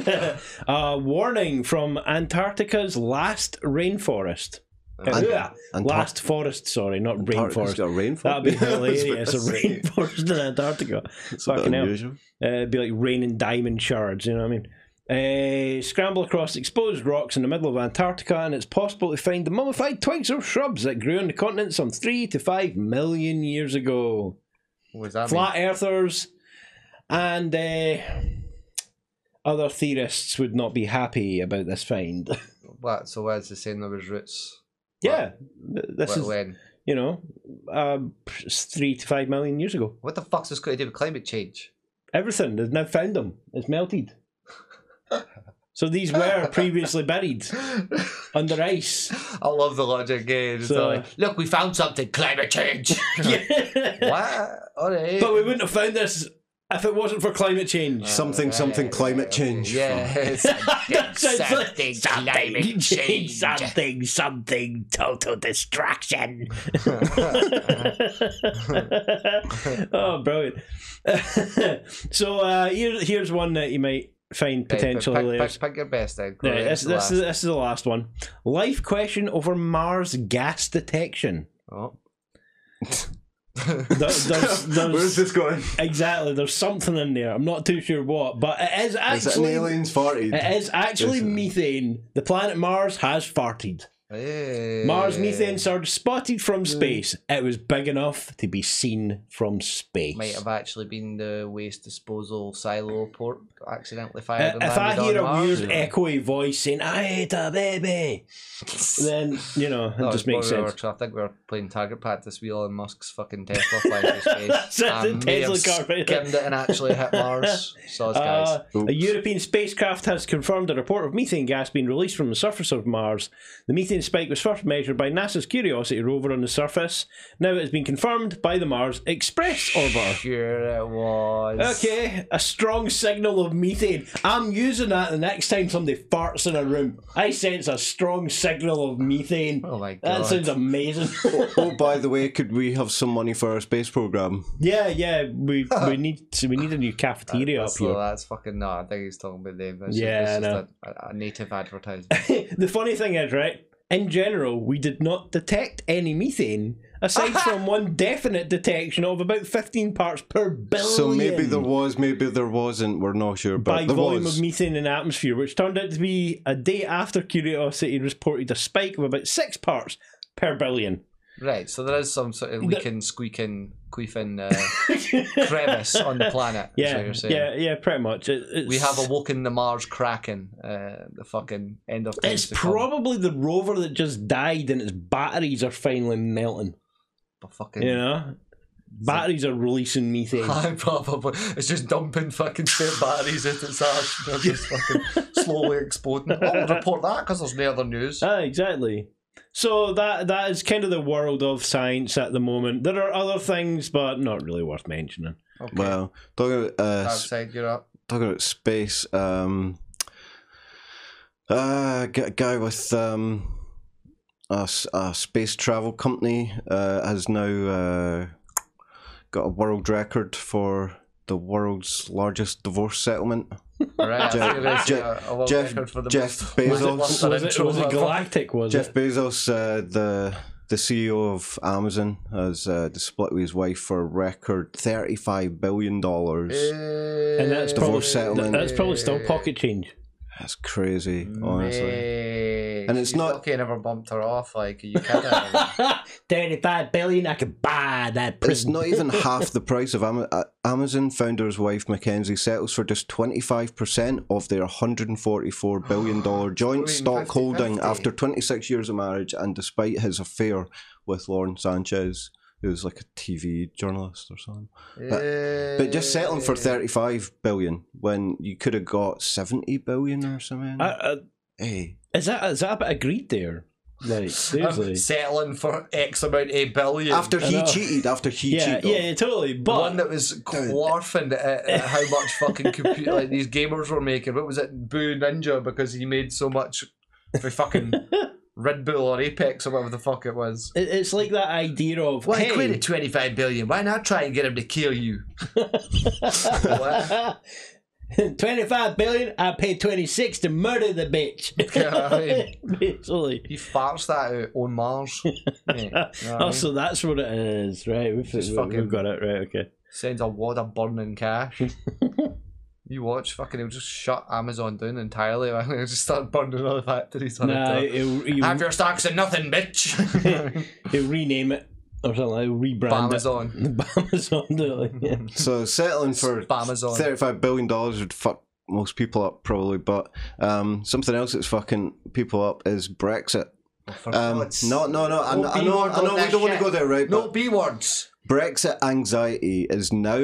Speaker 4: uh, warning from Antarctica's last rainforest.
Speaker 1: Okay.
Speaker 4: Yeah,
Speaker 2: Antar-
Speaker 4: last forest, sorry, not
Speaker 2: Antarctica's
Speaker 4: rainforest.
Speaker 2: got a rainforest.
Speaker 4: That'd be
Speaker 2: That's what I
Speaker 4: hilarious. a
Speaker 2: say.
Speaker 4: rainforest in Antarctica.
Speaker 2: It's a bit
Speaker 4: Fucking hell.
Speaker 2: unusual.
Speaker 4: Uh, it'd be like rain and diamond shards, you know what I mean? Uh, scramble across exposed rocks in the middle of Antarctica, and it's possible to find the mummified twigs or shrubs that grew on the continent some three to five million years ago.
Speaker 1: What does that
Speaker 4: Flat earthers and uh, other theorists would not be happy about this find.
Speaker 1: mean? What? So where's the saying there was roots?
Speaker 4: yeah, th- this
Speaker 1: Wh-
Speaker 4: is
Speaker 1: when?
Speaker 4: you know um, three to five million years ago.
Speaker 1: What the fuck's this got to do with climate change?
Speaker 4: Everything they've now found them. It's melted. so these were previously buried under ice.
Speaker 1: I love the logic game. It's
Speaker 4: So-
Speaker 1: like, look, we found something. Climate change.
Speaker 4: Yeah.
Speaker 1: what? All right.
Speaker 4: but we wouldn't have found this if it wasn't for climate change.
Speaker 2: Something, something, climate change.
Speaker 1: Yeah.
Speaker 4: That sounds like-
Speaker 1: something, climate change.
Speaker 4: something, something, total destruction. oh, brilliant! so uh, here, here's one that you might find
Speaker 1: Right,
Speaker 4: potential
Speaker 1: pick,
Speaker 4: hilarious.
Speaker 1: pick, pick your best then. Go
Speaker 4: Right,
Speaker 1: ahead,
Speaker 4: this, this,
Speaker 1: last.
Speaker 4: is, this is the last one. Life question over Mars gas detection.
Speaker 1: Oh.
Speaker 4: There- there's- there's-
Speaker 2: Where's this going?
Speaker 4: exactly, there's something in there. I'm not too sure what, but it is
Speaker 2: Is it an
Speaker 4: actually.
Speaker 2: alien's farted?
Speaker 4: it is actually
Speaker 2: Is it-
Speaker 4: methane. The planet Mars has farted. Mars
Speaker 1: Hey.
Speaker 4: methane surge spotted from space. It was big enough to be seen from space.
Speaker 1: might have actually been the waste disposal silo port accidentally
Speaker 4: Uh,
Speaker 1: fired. and
Speaker 4: if I
Speaker 1: landed
Speaker 4: hear
Speaker 1: on
Speaker 4: a
Speaker 1: Mars.
Speaker 4: weird echoey voice saying, I hate a baby, then, you know, it
Speaker 1: That was
Speaker 4: just makes
Speaker 1: Oh, probably
Speaker 4: sense.
Speaker 1: our- I think we were playing target practice with Elon Musk's fucking Tesla flying through space.
Speaker 4: That's it,
Speaker 1: I
Speaker 4: the
Speaker 1: may have
Speaker 4: Tesla car right there.
Speaker 1: skimmed it and actually hit Mars. Saws guys.
Speaker 4: Uh, a
Speaker 2: Oops.
Speaker 4: European spacecraft has confirmed a report of methane gas being released from the surface of Mars. The methane spike was first measured by NASA's Curiosity rover on the surface. Now it has been confirmed by the Mars Express orbiter.
Speaker 1: Sure it was.
Speaker 4: Uh, Okay, a strong signal of methane. I'm using that the next time somebody farts in a room. I sense a strong signal of methane.
Speaker 1: Oh my
Speaker 4: That
Speaker 1: God.
Speaker 4: sounds amazing.
Speaker 2: oh, by the way, could we have some money for our space program?
Speaker 4: yeah, yeah, we we need to- we need a new cafeteria up
Speaker 1: That's,
Speaker 4: here.
Speaker 1: that's fucking no. I think he's talking about them. This
Speaker 4: Yeah, I
Speaker 1: is, this
Speaker 4: know.
Speaker 1: is a, a native advertisement.
Speaker 4: the funny thing is, right? In general, we did not detect any methane aside from one definite detection of about 15 parts per billion.
Speaker 2: So maybe there was, maybe there wasn't. We're not sure, but
Speaker 4: by
Speaker 2: there
Speaker 4: volume
Speaker 2: was.
Speaker 4: of methane in the atmosphere, which turned out to be a day after Curiosity reported a spike of about six parts per billion.
Speaker 1: Right, so there is some sort of leaking, squeaking, queefing uh, crevice on the planet. is what
Speaker 4: Yeah,
Speaker 1: you're saying.
Speaker 4: yeah, yeah, pretty much. It, it's,
Speaker 1: We have awoken the Mars Kraken, uh, the fucking end of times
Speaker 4: It's
Speaker 1: to come.
Speaker 4: probably the rover that just died, and its batteries are finally melting.
Speaker 1: But fucking.
Speaker 4: You know, batteries are releasing methane.
Speaker 1: I probably it's just dumping fucking spare batteries into its ass. They're just fucking slowly exploding. Oh, we'll report that because there's no other news.
Speaker 4: Ah, exactly. So that that is kind of the world of science at the moment. There are other things, but not really worth mentioning.
Speaker 1: Okay.
Speaker 2: Well, talking about, uh, s-
Speaker 1: outside Europe.
Speaker 2: talking about space, um, uh, g- guy with um, a, s- a space travel company uh, has now uh, got a world record for the world's largest divorce settlement.
Speaker 1: Right,
Speaker 2: Jeff-
Speaker 1: I was gonna say
Speaker 2: Jeff-
Speaker 1: a world
Speaker 2: Jeff-
Speaker 1: record for the
Speaker 2: Jeff
Speaker 1: most-
Speaker 2: Bezos.
Speaker 1: what's
Speaker 4: Was
Speaker 1: the
Speaker 4: it, was
Speaker 1: intro
Speaker 4: it
Speaker 1: of-
Speaker 4: galactic? Was
Speaker 2: Jeff
Speaker 4: it?
Speaker 2: Bezos, uh, the the CEO of Amazon, has uh, split with his wife for a record thirty five billion
Speaker 1: Eh.
Speaker 2: dollars.
Speaker 1: And
Speaker 4: And
Speaker 2: Divorce
Speaker 4: that's
Speaker 1: Eh,
Speaker 4: probably
Speaker 2: settlement.
Speaker 4: that's probably still pocket change.
Speaker 2: That's crazy, honestly.
Speaker 1: Mate,
Speaker 2: And it's
Speaker 1: she's
Speaker 2: not-
Speaker 1: lucky I never bumped her off. Like, are you kidding?
Speaker 4: Thirty-five billion, I could buy that
Speaker 2: It's not even half the price of Ama- uh, Amazon founder's wife Mackenzie settles for just 25% of their $144 billion joint
Speaker 1: Doing
Speaker 2: stock
Speaker 1: 50-50.
Speaker 2: holding after 26 years of marriage and despite his affair with Lauren Sanchez, who's like a TV journalist or something. But just settling for
Speaker 1: Eh,
Speaker 2: 35 billion when you could have got 70 billion or something. Eh.
Speaker 4: Uh, uh,
Speaker 2: hey.
Speaker 4: is that is that a bit of greed there? Like seriously.
Speaker 1: I'm settling for X amount a billion.
Speaker 2: After
Speaker 4: I
Speaker 2: he
Speaker 4: know.
Speaker 2: cheated, after he
Speaker 4: yeah,
Speaker 2: cheated.
Speaker 4: yeah, totally.
Speaker 1: the one
Speaker 4: But
Speaker 1: that was quaffing at, at how much fucking computer like these gamers were making. What was it, Boo Ninja? Because he made so much for fucking Red Bull or Apex or whatever the fuck it was.
Speaker 4: It- It's like that idea of
Speaker 1: Why
Speaker 4: hey,
Speaker 1: quit at 25 billion? Why not try and get him to kill you? What?
Speaker 4: 25 billion, I paid 26 to murder the bitch.
Speaker 1: You know what I mean?
Speaker 4: Literally.
Speaker 1: He farts that out on Mars. Mate, you know what I
Speaker 4: Oh,
Speaker 1: mean?
Speaker 4: so that's what it is, right? We've,
Speaker 1: Just
Speaker 4: we've,
Speaker 1: fucking-
Speaker 4: we've got it, right? Okay.
Speaker 1: Sends a wad of burning cash. you watch, fucking, he'll just shut Amazon down entirely. and He'll just start burning all the factories on
Speaker 4: Nah,
Speaker 1: it.
Speaker 4: he'll, he'll,
Speaker 1: Have your stocks in nothing, bitch.
Speaker 4: he'll rename it or something. He'll rebrand it.
Speaker 1: Amazon.
Speaker 4: Amazon. Amazon. Yeah.
Speaker 2: So settling for
Speaker 1: Amazon.
Speaker 2: thirty-five billion dollars would fuck most people up probably, but um, something else that's fucking people up is Brexit.
Speaker 1: Oh,
Speaker 2: Um, no, no, no. I,
Speaker 1: No
Speaker 2: I know,
Speaker 1: B-word
Speaker 2: I know.
Speaker 1: on
Speaker 2: We
Speaker 1: that
Speaker 2: don't want to
Speaker 1: shit.
Speaker 2: go there, right?
Speaker 1: No
Speaker 2: but
Speaker 1: B words.
Speaker 2: Brexit anxiety is now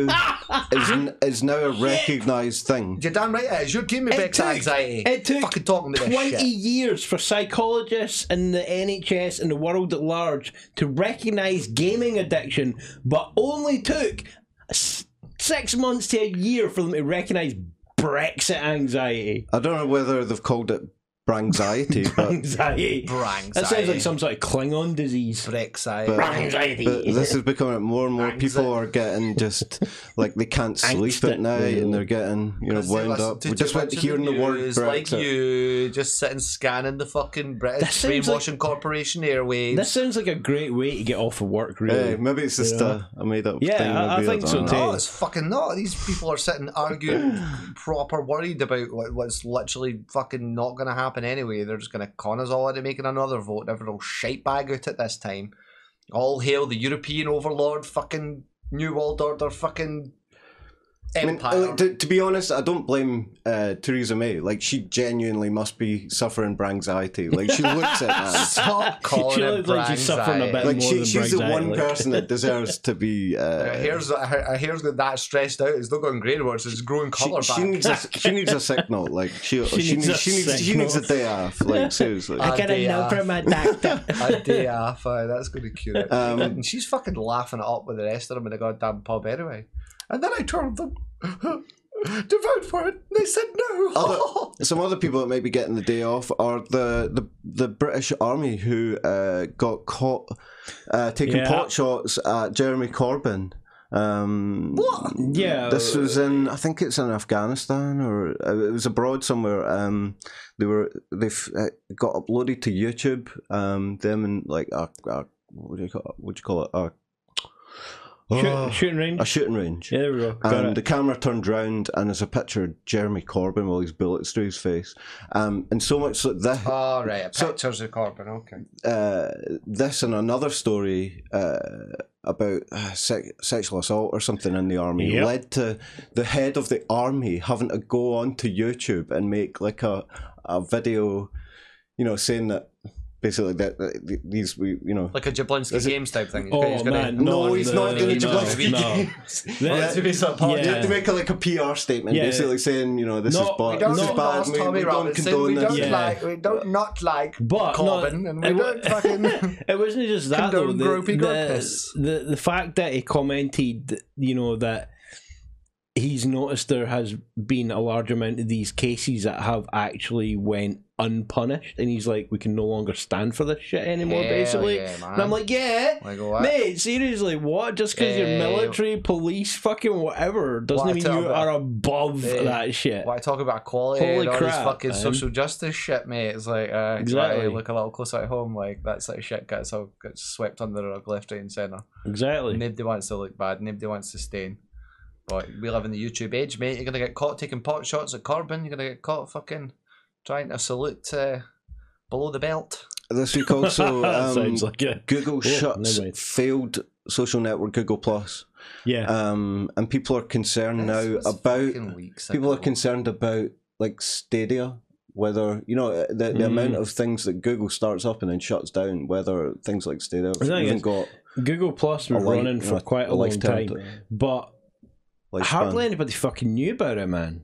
Speaker 2: is n- is now a recognised thing.
Speaker 1: You're damn right it is. You're giving me back
Speaker 4: took-
Speaker 1: anxiety.
Speaker 4: it took
Speaker 1: Fucking talking about this
Speaker 4: 20
Speaker 1: shit.
Speaker 4: years for psychologists in the NHS and the world at large to recognise gaming addiction, but only took s- six months to a year for them to recognise Brexit anxiety.
Speaker 2: I don't know whether they've called it branxiety, but
Speaker 4: Uh, Anxiety.
Speaker 1: Branxiety.
Speaker 4: That sounds like some sort of Klingon disease.
Speaker 1: Brexite.
Speaker 2: But-
Speaker 4: Anxiety.
Speaker 2: But this is becoming more and more people are getting just like they can't sleep
Speaker 4: Angst
Speaker 2: at night and they're getting you know
Speaker 1: Because they
Speaker 2: wound
Speaker 1: listen
Speaker 2: up.
Speaker 1: to
Speaker 2: We
Speaker 1: too
Speaker 2: just
Speaker 1: much
Speaker 2: went to
Speaker 1: of the
Speaker 2: hearing the word
Speaker 1: news,
Speaker 2: Brexit.
Speaker 1: Like you, just sitting scanning the fucking British
Speaker 4: seems like-
Speaker 1: brainwashing corporation airwaves.
Speaker 4: This sounds like a great way to get off of work, really.
Speaker 2: Hey, maybe it's just a, a made up
Speaker 4: Yeah,
Speaker 2: thing.
Speaker 4: I- I
Speaker 2: maybe,
Speaker 4: think
Speaker 2: don't
Speaker 4: so
Speaker 2: know.
Speaker 4: too.
Speaker 1: No, it's fucking not. These people are sitting arguing, proper worried about what, what's literally fucking not going to happen anyway. They're just going to con us all into making another vote. Everyone will shite bag out at this time. All hail the European overlord, fucking New World Order, fucking
Speaker 2: I mean,
Speaker 1: empire.
Speaker 2: uh, to, to be honest, I don't blame uh, Theresa May. Like, she genuinely must be suffering anxiety. Like, she looks at that.
Speaker 1: Stop calling
Speaker 4: She
Speaker 1: it
Speaker 4: looks like she's suffering a
Speaker 1: Brexit.
Speaker 4: bit.
Speaker 2: Like,
Speaker 4: More
Speaker 2: she,
Speaker 4: than
Speaker 2: she's the one
Speaker 4: branxiety.
Speaker 2: person that deserves to be.
Speaker 1: Her
Speaker 2: Uh,
Speaker 1: hair's, her, her hair's got that stressed out. It's not going grey anymore. It's just growing
Speaker 2: she,
Speaker 1: colour back.
Speaker 2: she needs a she needs a sick note. Like she she, needs,
Speaker 4: needs a
Speaker 2: she needs she
Speaker 4: sick
Speaker 2: needs a
Speaker 4: note.
Speaker 2: day off. Like seriously.
Speaker 1: I got a Idea.
Speaker 2: uh,
Speaker 1: note from
Speaker 4: my doctor.
Speaker 1: a day off, aye, that's going to cure it.
Speaker 2: Um,
Speaker 1: and she's fucking laughing it up with the rest of them in the goddamn pub anyway. And then I told them to vote for it, and they said no.
Speaker 2: Other- some other people that might be getting the day off are the the, the British Army who uh, got caught uh, taking
Speaker 4: Yeah.
Speaker 2: pot shots at Jeremy Corbyn. Um, what?
Speaker 4: Yeah.
Speaker 2: This was in I think it's in Afghanistan or uh, it was abroad somewhere. Um, they were they've uh, got uploaded to YouTube. Um, them and like a, a what do you call it? what do you call it a, Oh.
Speaker 4: Shoot, shooting range.
Speaker 2: a shooting range.
Speaker 4: Yeah, there we go. Got
Speaker 2: And
Speaker 4: it.
Speaker 2: the camera turned round, and there's a picture of Jeremy Corbyn with his bullets through his face. Um, and so much that this,
Speaker 1: All right, a
Speaker 2: So-
Speaker 1: pictures of Corbyn, okay.
Speaker 2: uh, this and another story uh, about uh, se- sexual assault or something in the army
Speaker 4: Yep.
Speaker 2: led to the head of the army having to go onto YouTube and make like a, a video, you know, saying that basically that, that these, we, you know.
Speaker 1: Like a Jablinski Games type thing.
Speaker 4: Oh, man.
Speaker 2: No,
Speaker 4: No,
Speaker 2: he's
Speaker 4: no,
Speaker 2: not doing a
Speaker 1: no,
Speaker 2: Jablinski
Speaker 4: no.
Speaker 2: games.
Speaker 4: This-
Speaker 1: to be so
Speaker 4: Yeah.
Speaker 2: You have to make a, like a PR statement,
Speaker 4: Yeah.
Speaker 2: basically saying, you know, this
Speaker 4: No,
Speaker 2: is
Speaker 4: we
Speaker 2: bad.
Speaker 1: don't
Speaker 2: This is
Speaker 1: not
Speaker 2: bad.
Speaker 1: last
Speaker 2: We,
Speaker 1: Tommy
Speaker 2: we don't
Speaker 1: Robinson.
Speaker 2: condone
Speaker 1: We
Speaker 2: this.
Speaker 1: don't
Speaker 4: Yeah.
Speaker 1: like. We don't not like
Speaker 4: But no,
Speaker 1: Corbyn, and we
Speaker 4: it wa-
Speaker 1: don't fucking.
Speaker 4: It wasn't just that though.
Speaker 1: Condone
Speaker 4: The,
Speaker 1: gropey
Speaker 4: the,
Speaker 1: gropus.
Speaker 4: the the fact that he commented, you know, that he's noticed there has been a large amount of these cases that have actually went unpunished, and he's like, we can no longer stand for this shit anymore,
Speaker 1: Hell
Speaker 4: basically.
Speaker 1: yeah, man.
Speaker 4: and I'm like, yeah.
Speaker 1: Like what?
Speaker 4: Mate, seriously, what? Just because you're
Speaker 1: Yeah.
Speaker 4: military, police, fucking whatever, doesn't
Speaker 1: What I
Speaker 4: mean
Speaker 1: tell
Speaker 4: you
Speaker 1: about-
Speaker 4: are above
Speaker 1: Yeah.
Speaker 4: that shit.
Speaker 1: Why talk about equality
Speaker 4: Holy
Speaker 1: and all this
Speaker 4: crap,
Speaker 1: fucking
Speaker 4: man.
Speaker 1: social justice shit, mate? It's like uh, exactly.
Speaker 4: Exactly.
Speaker 1: look a little closer at home, like that sort of shit gets all gets swept under the rug left, right, and centre.
Speaker 4: Exactly.
Speaker 1: Nobody wants to look bad. Nobody wants to stain. But we live in the YouTube age, mate. You're gonna get caught taking pot shots at Corbyn. You're gonna get caught fucking trying to salute uh, below the belt.
Speaker 2: This week also, um,
Speaker 4: Sounds like it.
Speaker 2: Google shuts
Speaker 4: never mind.
Speaker 2: failed social network Google Plus,
Speaker 4: Yeah.
Speaker 2: um, and people are concerned
Speaker 1: This was
Speaker 2: now about
Speaker 1: fucking weeks
Speaker 2: people are
Speaker 1: ago.
Speaker 2: concerned about like Stadia. Whether you know the, the
Speaker 4: Mm.
Speaker 2: amount of things that Google starts up and then shuts down, whether things like Stadia have
Speaker 4: The thing
Speaker 2: even
Speaker 4: is,
Speaker 2: got
Speaker 4: Google Plus
Speaker 2: a
Speaker 4: were
Speaker 2: life-
Speaker 4: running
Speaker 2: you
Speaker 4: for
Speaker 2: know,
Speaker 4: quite a long
Speaker 2: lifetime
Speaker 4: time,
Speaker 2: to-
Speaker 4: but
Speaker 2: lifespan.
Speaker 4: hardly anybody fucking knew about it, man.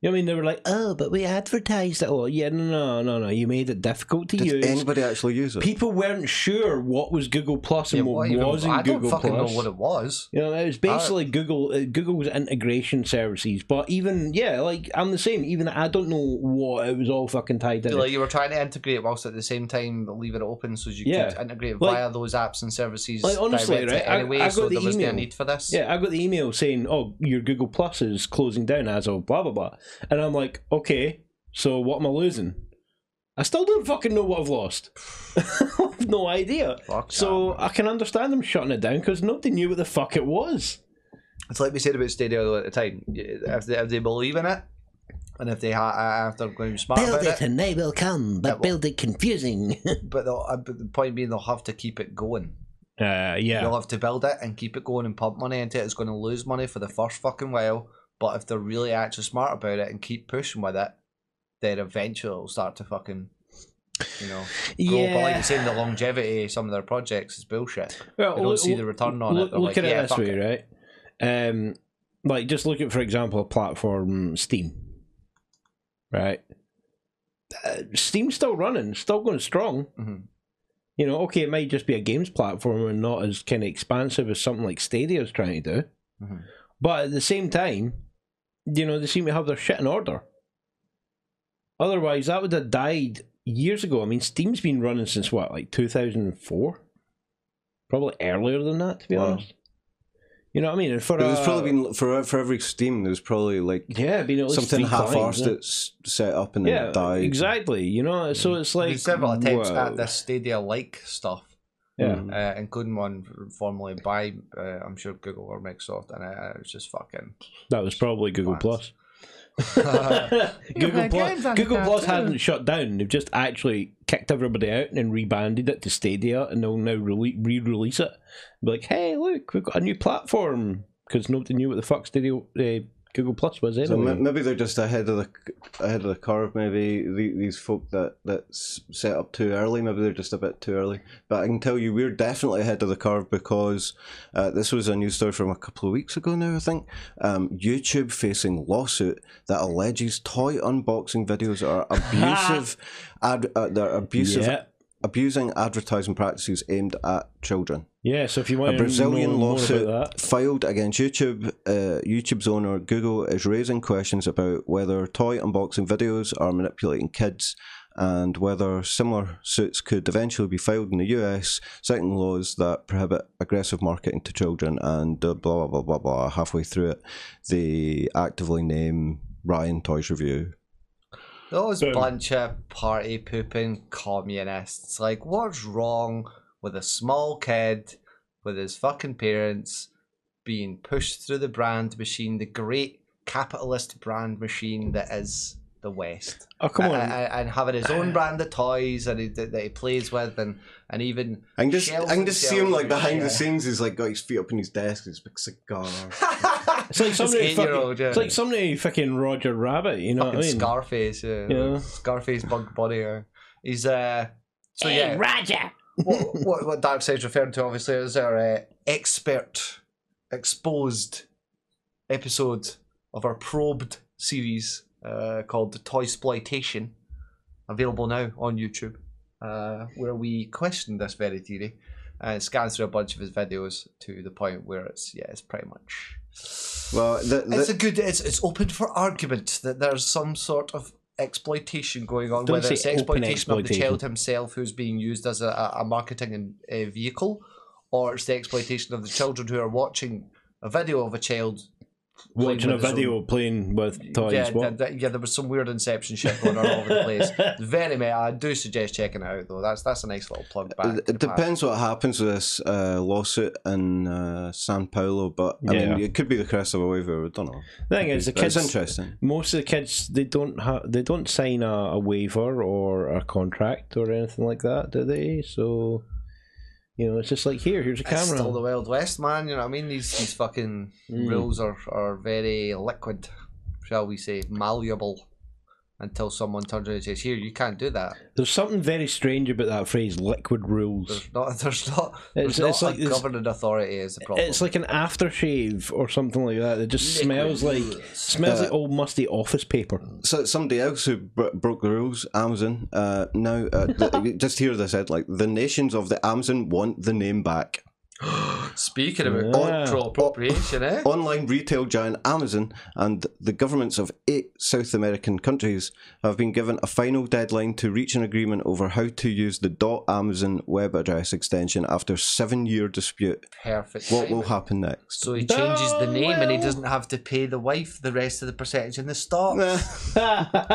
Speaker 4: You know what I mean? They were like, oh, but we advertised it. Oh, yeah, no, no, no, no. You made it difficult to
Speaker 2: Did
Speaker 4: use.
Speaker 2: anybody actually use it?
Speaker 4: People weren't sure what was Google Plus and
Speaker 1: Yeah,
Speaker 4: what,
Speaker 1: even-
Speaker 4: wasn't
Speaker 1: I don't
Speaker 4: Google
Speaker 1: fucking
Speaker 4: Plus.
Speaker 1: know what it was.
Speaker 4: You know, it was basically Google uh, Google's integration services. But even yeah, like I'm the same. Even I don't know what it was all fucking tied in.
Speaker 1: Like you were trying to integrate whilst at the same time leaving it open so you
Speaker 4: Yeah.
Speaker 1: could integrate
Speaker 4: Like-
Speaker 1: via those apps and services
Speaker 4: Like, honestly,
Speaker 1: directly
Speaker 4: right, I-
Speaker 1: anyway,
Speaker 4: I got
Speaker 1: so
Speaker 4: the
Speaker 1: there was no
Speaker 4: email.
Speaker 1: need for this.
Speaker 4: yeah, I got the email saying, "Oh, your Google Plus is closing down as of blah blah blah," and I'm like, "Okay, so what am I losing?" I still don't fucking know what I've lost. I've no idea.
Speaker 1: Fuck
Speaker 4: So
Speaker 1: that, man.
Speaker 4: I can understand them shutting it down because nobody knew what the fuck it was.
Speaker 1: it's like we said about Stadia though at the time. If they, if they believe in it, and if they ha- if they're going to be smart about it,
Speaker 4: and they will come,
Speaker 1: but
Speaker 4: build it confusing.
Speaker 1: but, they'll, uh, but the point being they'll have to keep it going.
Speaker 4: uh, yeah.
Speaker 1: They'll have to build it and keep it going and pump money into it. It's going to lose money for the first fucking while, but if they're really actually smart about it and keep pushing with it, then eventually it'll start to fucking, you know. go. But like
Speaker 4: yeah.
Speaker 1: you're saying, the longevity of some of their projects is bullshit.
Speaker 4: Well,
Speaker 1: They don't
Speaker 4: look-
Speaker 1: see the return on
Speaker 4: look,
Speaker 1: it. They're
Speaker 4: look
Speaker 1: like,
Speaker 4: at it
Speaker 1: yeah,
Speaker 4: this
Speaker 1: fuck
Speaker 4: way,
Speaker 1: it.
Speaker 4: right? Um, like just look at, for example, a platform Steam, right? Uh, Steam's still running, still going strong.
Speaker 1: Mhm.
Speaker 4: You know, okay, it might just be a games platform and not as kind of expansive as something like Stadia's trying to do,
Speaker 1: Mhm.
Speaker 4: but at the same time, you know, they seem to have their shit in order. Otherwise, that would have died years ago. I mean, Steam's been running since what, like 2004? Probably earlier than that, to be
Speaker 2: Wow.
Speaker 4: honest. You know what I mean? And for
Speaker 2: There's
Speaker 4: a-
Speaker 2: probably been for for every Steam. There's probably like
Speaker 4: yeah, been at least
Speaker 2: something
Speaker 4: three times,
Speaker 2: half-arsed
Speaker 4: yeah.
Speaker 2: that's set up and then
Speaker 4: Yeah,
Speaker 2: died.
Speaker 4: exactly. You know, so it's like
Speaker 1: There's several attempts
Speaker 4: whoa.
Speaker 1: at this Stadia like stuff.
Speaker 4: Yeah.
Speaker 2: Mm.
Speaker 1: Uh, including one formerly by, uh, I'm sure, Google or Microsoft, and uh, it's just fucking.
Speaker 4: That was probably Google Plus. Google
Speaker 1: my
Speaker 4: Plus,
Speaker 1: game's on
Speaker 4: Google
Speaker 1: the
Speaker 4: Plus
Speaker 1: cartoon.
Speaker 4: hasn't shut down. They've just actually kicked everybody out and then rebanded it to Stadia, and they'll now rele- re-release it. Be like, hey, look, we've got a new platform because nobody knew what the fuck Stadia, uh, Google Plus was
Speaker 2: So
Speaker 4: anyway.
Speaker 2: m- maybe they're just ahead of the c- ahead of the curve. Maybe the, these folk that that's set up too early. Maybe they're just a bit too early. But I can tell you, we're definitely ahead of the curve because uh, this was a news story from a couple of weeks ago now. I think um, YouTube facing lawsuit that alleges toy unboxing videos are abusive. ad, uh, they're abusive.
Speaker 4: yeah,
Speaker 2: Abusing advertising practices aimed at children.
Speaker 4: yeah. So if you want
Speaker 2: A
Speaker 4: to know
Speaker 2: Brazilian
Speaker 4: more
Speaker 2: lawsuit
Speaker 4: about that,
Speaker 2: filed against YouTube, uh, YouTube's owner Google is raising questions about whether toy unboxing videos are manipulating kids and whether similar suits could eventually be filed in the US, citing laws that prohibit aggressive marketing to children and uh, blah, blah, blah, blah, blah. Halfway through it, they actively name Ryan Toys Review.
Speaker 1: Those
Speaker 4: Boom.
Speaker 1: bunch of party pooping communists. Like, what's wrong with a small kid with his fucking parents being pushed through the brand machine, the great capitalist brand machine that is the West?
Speaker 4: oh come
Speaker 1: A- a-
Speaker 4: on,
Speaker 1: And, having his own brand of toys and he, that that he plays with, and, and even.
Speaker 2: I can just, I can just see him like behind the
Speaker 1: scenes.
Speaker 2: scenes. He's like got his feet up in his desk, his big cigar.
Speaker 4: it's like somebody, fucking,
Speaker 1: eight-year-old, yeah.
Speaker 4: it's like somebody fucking Roger Rabbit. You know
Speaker 1: uh, fucking
Speaker 4: what I mean?
Speaker 1: Scarface, yeah.
Speaker 4: Yeah.
Speaker 1: Scarface Bug Bunny. Yeah. He's uh so yeah.
Speaker 4: Roger.
Speaker 1: what, what what Darkseid's referring to obviously is our uh, expert exposed episode of our probed series uh, called the Toy Exploitation, available now on YouTube, uh, where we question this very theory and scan through a bunch of his videos to the point where it's yeah, it's pretty much
Speaker 2: Well, the, the,
Speaker 1: it's a good. It's it's open for argument that there's some sort of exploitation going on,
Speaker 4: Don't
Speaker 1: whether
Speaker 4: say
Speaker 1: it's exploitation, of
Speaker 4: open
Speaker 1: the
Speaker 4: exploitation.
Speaker 1: child himself who's being used as a, a a marketing and uh vehicle, or it's the exploitation of the children who are watching a video of a child playing
Speaker 4: Watching a
Speaker 1: with his
Speaker 4: video
Speaker 1: own-
Speaker 4: playing with toys.
Speaker 1: Yeah,
Speaker 4: what?
Speaker 1: th- th- yeah, there was some weird inception shit going on all over the place. Very meta. I do suggest checking it out though. That's that's a nice little plug
Speaker 4: Uh,
Speaker 1: back.
Speaker 2: It-
Speaker 1: to
Speaker 2: It
Speaker 1: the past.
Speaker 2: depends what happens with this uh, lawsuit in uh, San Paulo, but I
Speaker 4: Yeah.
Speaker 2: mean, it could be the crest of a wave. I don't know.
Speaker 4: The thing is, the
Speaker 2: But
Speaker 4: kids.
Speaker 2: It's interesting.
Speaker 4: Most of the kids, they don't have, they don't sign a, a waiver or a contract or anything like that, do they? So, you know, it's just like here, here's a
Speaker 1: It's
Speaker 4: camera.
Speaker 1: still the Wild West, man. You know what I mean? These these fucking
Speaker 4: Mm.
Speaker 1: rules are, are very liquid, shall we say, malleable. until someone turns around and says, "Here, you can't do that."
Speaker 4: There's something very strange about that phrase, liquid rules.
Speaker 1: There's not. There's not. There's
Speaker 4: It's-
Speaker 1: not
Speaker 4: it's
Speaker 1: a
Speaker 4: like this-
Speaker 1: governing authority is the problem.
Speaker 4: It's like an aftershave or something like that. It just smells like smells
Speaker 1: Uh,
Speaker 4: like old musty office paper.
Speaker 2: So somebody else who bro- broke the rules, Amazon. Uh, now, uh, th- just hear this out. Like the nations of the Amazon want the name back.
Speaker 1: Speaking about cultural appropriation, eh?
Speaker 2: Online retail giant Amazon and the governments of eight South American countries have been given a final deadline to reach an agreement over how to use the .amazon web address extension after seven-year dispute.
Speaker 1: Perfect.
Speaker 2: What will
Speaker 1: timing.
Speaker 2: happen next?
Speaker 1: So he changes the
Speaker 4: Oh,
Speaker 1: name and he
Speaker 4: well.
Speaker 1: doesn't have to pay the wife the rest of the percentage in the stock. Well,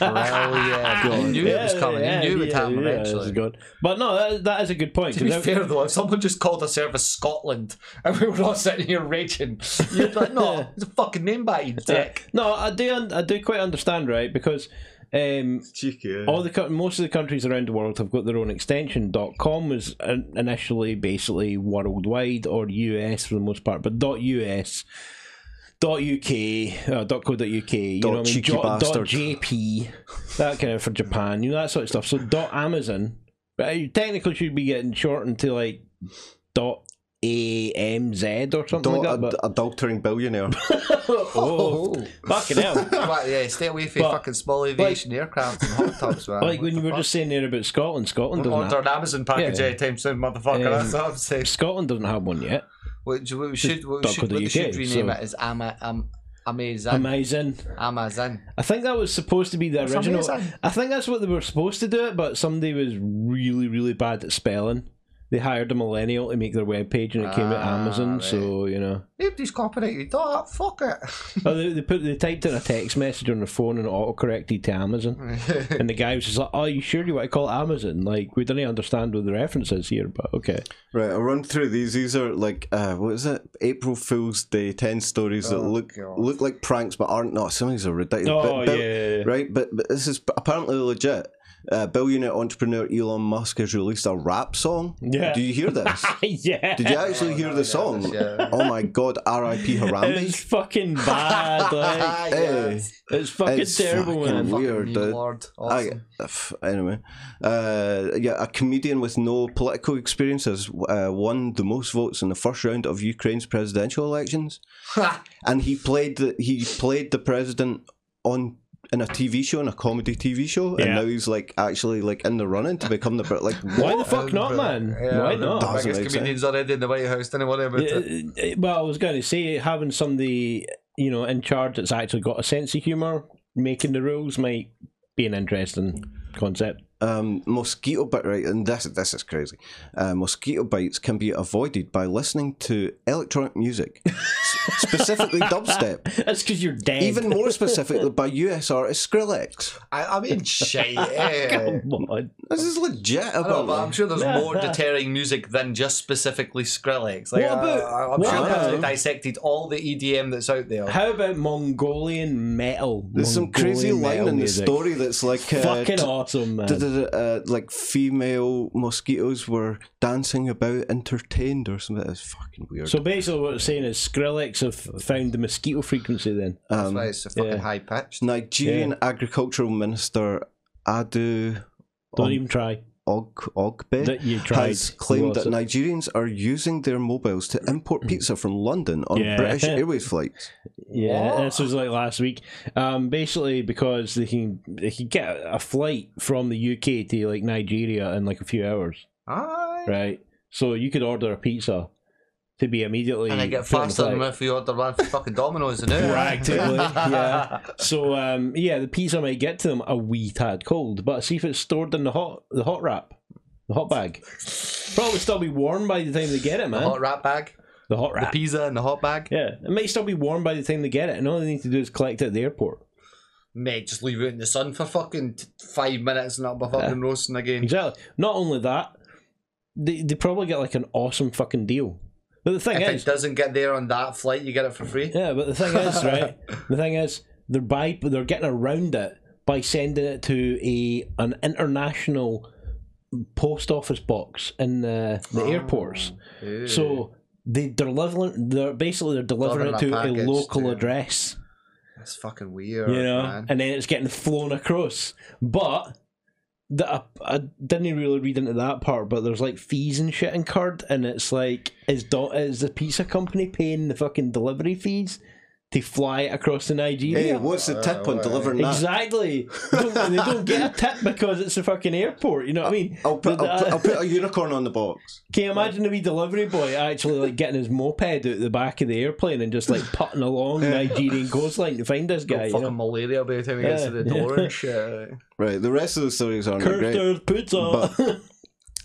Speaker 1: yeah, I knew it was coming.
Speaker 4: Yeah,
Speaker 1: he knew it would
Speaker 4: yeah,
Speaker 1: happen
Speaker 4: yeah, this
Speaker 1: eventually.
Speaker 4: is good. But no, that, that is a good point.
Speaker 1: to be
Speaker 4: 'cause uh,
Speaker 1: fair though, if someone just called a service Scotland and we were all sitting here raging, you'd be like, no, it's a fucking name by you dick.
Speaker 4: No, I do. un- I do quite understand, right? Because um,
Speaker 2: Cheeky.
Speaker 4: all the co- most of the countries around the world have got their own extension. .com was in- initially basically worldwide or US for the most part, but .us. Dot .uk, uh, dot .co.uk, you know what I mean?
Speaker 2: cheeky
Speaker 4: Jo- dot
Speaker 2: bastards.
Speaker 4: .jp, that kind of for Japan, you know that sort of stuff. So dot .amazon, but you technically should be getting shortened to like dot .amz or something like
Speaker 2: Dot,
Speaker 4: that. But,
Speaker 2: a, adultering billionaire.
Speaker 4: oh, fucking hell!
Speaker 1: Right, yeah, stay away from
Speaker 4: But-
Speaker 1: fucking small aviation aircraft and hot tubs, man.
Speaker 4: Like when you were just saying there about Scotland, Scotland
Speaker 1: We're
Speaker 4: doesn't
Speaker 1: Order
Speaker 4: have,
Speaker 1: an Amazon package
Speaker 4: Yeah.
Speaker 1: anytime soon, motherfucker.
Speaker 4: Um,
Speaker 1: That's what I'm saying.
Speaker 4: Scotland doesn't have one yet.
Speaker 1: What we should, what we
Speaker 4: dot
Speaker 1: should,
Speaker 4: co dot
Speaker 1: what we should
Speaker 4: UK,
Speaker 1: rename
Speaker 4: so-
Speaker 1: it is Ama, Am Amazon.
Speaker 4: Amazing.
Speaker 1: Amazon.
Speaker 4: I think that was supposed to be the
Speaker 1: That's
Speaker 4: original.
Speaker 1: amazing.
Speaker 4: I think that's what they were supposed to do it, but somebody was really, really bad at spelling. They hired a millennial to make their webpage, and it came out
Speaker 1: Ah,
Speaker 4: Amazon.
Speaker 1: right.
Speaker 4: So you know,
Speaker 1: Nobody's copying it. You don't. Fuck
Speaker 4: oh, they, they put they typed in a text message on the phone and auto corrected to Amazon.
Speaker 1: it.
Speaker 4: And the guy was just like, "Oh, you sure you want to call it Amazon? Like we didn't understand what the reference is here, but okay."
Speaker 2: Right, I'll run through these. These are like uh, what is it? April Fool's Day ten stories that
Speaker 1: Oh,
Speaker 2: look
Speaker 1: God.
Speaker 2: look like pranks but aren't not. Some of these are ridiculous.
Speaker 4: Oh
Speaker 2: But- but-
Speaker 4: yeah.
Speaker 2: Right, but, but this is apparently legit. Uh, billionaire entrepreneur Elon Musk has released a rap song.
Speaker 4: Yeah.
Speaker 2: Do you hear this?
Speaker 4: yeah.
Speaker 2: Did you actually hear the song?
Speaker 1: yeah.
Speaker 2: Oh my god, R.I.P.
Speaker 4: It's
Speaker 2: Harambe.
Speaker 4: fucking bad. like,
Speaker 2: Hey,
Speaker 4: it's fucking
Speaker 2: It's
Speaker 4: terrible,
Speaker 2: fucking
Speaker 4: man.
Speaker 2: weird. dude.
Speaker 1: Lord.
Speaker 2: I,
Speaker 1: Awesome.
Speaker 2: pff, Oh, anyway, uh, yeah, a comedian with no political experience has uh, won the most votes in the first round of Ukraine's presidential elections, and he played the he played the president on in a TV show, in a comedy TV show, and
Speaker 4: Yeah.
Speaker 2: now he's like actually like in the running to become the pre- like
Speaker 4: Why the Oh, fuck not, man?
Speaker 1: Yeah,
Speaker 4: Why
Speaker 1: the
Speaker 4: not?
Speaker 2: Doesn't
Speaker 1: biggest
Speaker 2: make
Speaker 1: comedians already in the White House. Don't worry about it.
Speaker 4: Uh, uh, well, I was going to say having somebody you know in charge that's actually got a sense of humor making the rules might be an interesting concept.
Speaker 2: um, mosquito bite right and this this is crazy uh, mosquito bites can be avoided by listening to electronic music s- specifically dubstep
Speaker 4: That's because you're dead.
Speaker 2: even more specifically by US artist Skrillex
Speaker 1: I, I mean, shit. eh.
Speaker 2: uh,
Speaker 4: Come on.
Speaker 2: this is legit
Speaker 1: I know,
Speaker 2: about
Speaker 1: but I'm sure there's more deterring music than just specifically Skrillex. Like,
Speaker 4: What about-
Speaker 1: I, am
Speaker 4: what
Speaker 1: sure they've
Speaker 4: about-
Speaker 1: dissected all the EDM that's out there.
Speaker 4: How about Mongolian metal?
Speaker 2: there's some crazy
Speaker 4: Mongolian
Speaker 2: line
Speaker 4: metal
Speaker 2: in the
Speaker 4: music.
Speaker 2: story that's like uh,
Speaker 4: Fucking
Speaker 2: t-
Speaker 4: awesome, man.
Speaker 2: d- d- d- uh, like female mosquitoes were dancing about entertained or something it's fucking weird
Speaker 4: So basically, what I'm saying is Skrillex have found the mosquito frequency. Then
Speaker 1: that's why it's so fucking
Speaker 4: yeah.
Speaker 1: high pitched.
Speaker 2: Um, Nigerian agricultural minister Adu
Speaker 4: don't
Speaker 2: Um,
Speaker 4: even try.
Speaker 2: Og- Ogbe
Speaker 4: That you tried.
Speaker 2: has claimed
Speaker 4: Lots
Speaker 2: that
Speaker 4: of-
Speaker 2: Nigerians are using their mobiles to import pizza from London on
Speaker 4: Mm. Yeah.
Speaker 2: British Airways flights.
Speaker 4: Yeah,
Speaker 1: What?
Speaker 4: this was like last week. Um, basically, because they can they can get a flight from the UK to like Nigeria in like a few hours,
Speaker 1: Aye.
Speaker 4: right? So you could order a pizza to be immediately
Speaker 1: And I get
Speaker 4: put on the
Speaker 1: faster than
Speaker 4: flight.
Speaker 1: if you order one for fucking Domino's and it.
Speaker 4: Practically, yeah. So um, yeah, the pizza might get to them a wee tad cold, but see if it's stored in the hot the hot wrap, the hot bag. Probably still be warm by the time they get it, man.
Speaker 1: Hot rat bag,
Speaker 4: the hot wrap.
Speaker 1: the pizza in the hot bag.
Speaker 4: yeah, it might still be warm by the time they get it, and all they need to do is collect it at the airport.
Speaker 1: Mate, just leave it in the sun for fucking t- five minutes and I'll be fucking roasting again.
Speaker 4: Exactly. Not only that, they, they probably get like an awesome fucking deal. But the thing
Speaker 1: If
Speaker 4: is,
Speaker 1: it doesn't get there on that flight, you get it for free.
Speaker 4: yeah, but the thing is, right? The thing is, they're by they're getting around it by sending it to a an international post office box in the, the
Speaker 1: Ah,
Speaker 4: airports.
Speaker 1: Ooh.
Speaker 4: So they deliver they're basically they're delivering
Speaker 1: Delivering
Speaker 4: it to
Speaker 1: a
Speaker 4: a
Speaker 1: package
Speaker 4: local
Speaker 1: to-
Speaker 4: address.
Speaker 1: That's fucking weird,
Speaker 4: you know,
Speaker 1: man.
Speaker 4: and then it's getting flown across. But the, I, I didn't really read into that part, but there's like fees and shit incurred, and it's like is do, is the pizza company paying the fucking delivery fees to fly it across to
Speaker 2: Hey,
Speaker 4: Nigeria?
Speaker 2: what's the tip on delivering that?
Speaker 4: Exactly. Don't- they don't get a tip because it's a fucking airport. You know what I mean?
Speaker 2: I'll put,
Speaker 4: The-
Speaker 2: I'll, put,
Speaker 4: the-
Speaker 2: I'll put a unicorn on the box.
Speaker 4: Can you imagine the wee delivery boy actually like getting his moped out the back of the airplane and just like putting along Nigerian coastline to find this
Speaker 1: Got
Speaker 4: guy? You
Speaker 1: fucking
Speaker 4: know?
Speaker 1: malaria by the time he gets to the
Speaker 4: Yeah.
Speaker 1: door and shit.
Speaker 2: Right, the rest of the stories aren't
Speaker 4: Cursed
Speaker 2: great.
Speaker 4: earth pizza.
Speaker 2: But-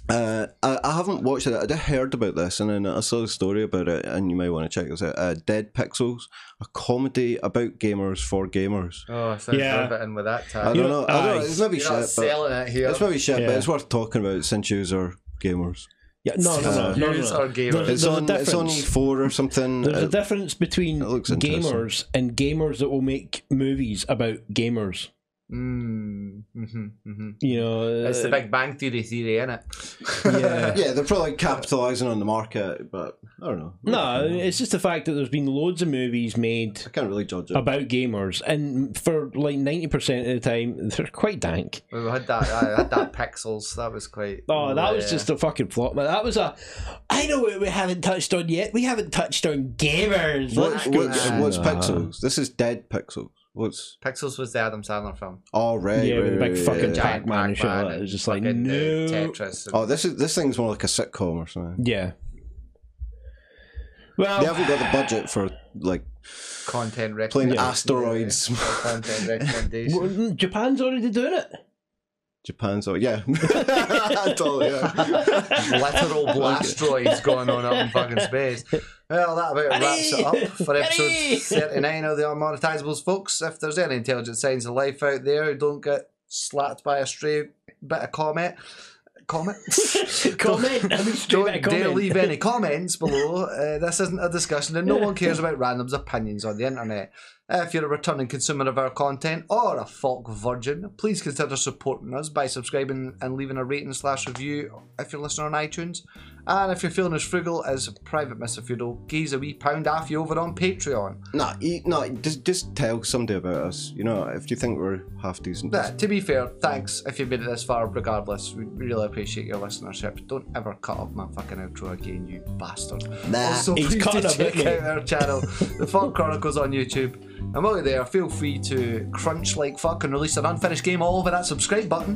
Speaker 2: Uh, I, I haven't watched it. I just heard about this, and then I saw the story about it, and you may want to check this out. Uh, Dead Pixels, a comedy about gamers for gamers.
Speaker 1: Oh, sounds
Speaker 4: Yeah.
Speaker 1: perfect in with that
Speaker 2: I
Speaker 1: tag.
Speaker 2: don't
Speaker 4: You-
Speaker 2: know. I don't know.
Speaker 4: aye.
Speaker 2: It's maybe
Speaker 1: You're not
Speaker 2: shit, but
Speaker 1: selling it here.
Speaker 2: it's maybe shit, but
Speaker 4: Yeah.
Speaker 2: it's worth talking about since you are gamers.
Speaker 4: yeah, no, no, no,
Speaker 2: Uh,
Speaker 4: no, no,
Speaker 1: Yous
Speaker 4: no.
Speaker 1: are gamers.
Speaker 4: There's-
Speaker 2: It's
Speaker 4: there's a
Speaker 2: on. It's on
Speaker 4: difference.
Speaker 2: E4 or something.
Speaker 4: There's a
Speaker 2: Uh,
Speaker 4: difference between
Speaker 2: It looks
Speaker 4: gamers and gamers that will make movies about gamers.
Speaker 1: Mm, hmm hmm
Speaker 4: You know,
Speaker 1: It's the
Speaker 4: uh,
Speaker 1: Big Bang Theory theory, isn't it?
Speaker 4: yeah.
Speaker 2: yeah, they're probably capitalising on the market, but I don't know.
Speaker 4: No, uh, it's just the fact that there's been loads of movies made
Speaker 2: I can't really judge it.
Speaker 4: about gamers, and for like ninety percent of the time, they're quite dank.
Speaker 1: We had that. I had that pixels. That was quite.
Speaker 4: Oh, that was
Speaker 1: yeah.
Speaker 4: just a fucking flop, man. That was a. I know what we haven't touched on yet. We haven't touched on gamers.
Speaker 2: What's,
Speaker 4: Let's go.
Speaker 2: what's,
Speaker 1: Yeah.
Speaker 2: what's Pixels? This is Dead Pixels. What's
Speaker 1: pixels was the Adam Sandler film.
Speaker 2: oh right,
Speaker 4: yeah,
Speaker 2: right,
Speaker 4: with the big
Speaker 2: right,
Speaker 4: fucking
Speaker 2: right,
Speaker 4: yeah,
Speaker 2: right.
Speaker 4: Pac-Man and shit like
Speaker 1: Pac-Man
Speaker 4: that. It was just like,
Speaker 1: fucking, uh,
Speaker 4: no.
Speaker 1: Tetris. and-
Speaker 2: Oh, this is this thing's more like a sitcom or something.
Speaker 4: Yeah. Well,
Speaker 2: They haven't got the budget for like
Speaker 1: content
Speaker 2: playing
Speaker 1: recommendation.
Speaker 2: asteroids.
Speaker 1: Content recommendation.
Speaker 4: well, Japan's already doing it.
Speaker 2: Japan's oh yeah, totally. Yeah.
Speaker 1: Literal blastoids going on up in fucking space. Well, that about wraps it up for
Speaker 4: Hurry!
Speaker 1: episode 39 of the Unmonetizables, folks. If there's any intelligent signs of life out there who don't get slapped by a stray bit of comment, comment?
Speaker 4: comment. I mean, straight
Speaker 1: Don't dare
Speaker 4: back comment.
Speaker 1: leave any comments below. Uh, this isn't a discussion, and no one cares about random's opinions on the internet. Uh, If you're a returning consumer of our content or a folk virgin, please consider supporting us by subscribing and leaving a rating slash review if you're listening on iTunes. And if you're feeling as frugal as Private Mr. Feudal, geez a wee pound off you over on Patreon.
Speaker 2: nah, you, nah, just just tell somebody about us. You know, if you think we're half decent,
Speaker 1: But to be fair, thanks if you've made it this far, regardless. We we really appreciate your listenership. Don't ever cut up my fucking outro again, you bastard.
Speaker 2: Nah,
Speaker 1: also,
Speaker 4: he's
Speaker 1: please
Speaker 4: cutting
Speaker 1: do
Speaker 4: a bit,
Speaker 1: check
Speaker 4: mate.
Speaker 1: out our channel, The Fuck Chronicles on YouTube. And while you're there, feel free to crunch like fuck and release an unfinished game all over that subscribe button.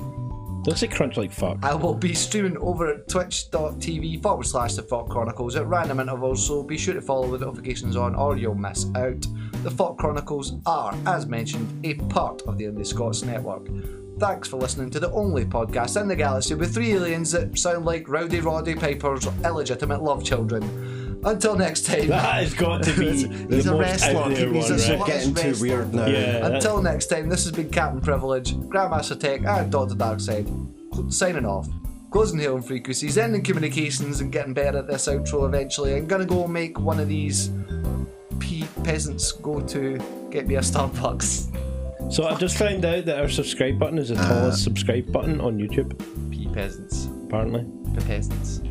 Speaker 4: Don't say crunch like fuck.
Speaker 1: I will be streaming over at twitch.tv forward slash The Fuck Chronicles at random intervals, so be sure to follow the notifications on or you'll miss out. The Fuck Chronicles are, as mentioned, a part of the Indie Scots network. Thanks for listening to the only podcast in the galaxy with three aliens that sound like Rowdy Roddy Piper's illegitimate love children. Until next time.
Speaker 4: That has got to be the
Speaker 1: he's a
Speaker 4: most out
Speaker 1: wrestler.
Speaker 4: there
Speaker 1: He's
Speaker 4: one,
Speaker 1: a
Speaker 2: this is
Speaker 1: Right.
Speaker 4: right?
Speaker 2: getting too weird now.
Speaker 4: Yeah.
Speaker 1: Until next time, this has been Captain Privilege, Grandmaster Tech, and Dr. Darkseid, signing off. Closing hailing frequencies, ending communications, and getting better at this outro eventually. I'm gonna go make one of these pe- peasants go to get me a Starbucks.
Speaker 4: So I just found out that our
Speaker 1: Uh,
Speaker 4: subscribe button is the tallest subscribe button on YouTube.
Speaker 1: Pea peasants.
Speaker 4: Apparently.
Speaker 1: The peasants.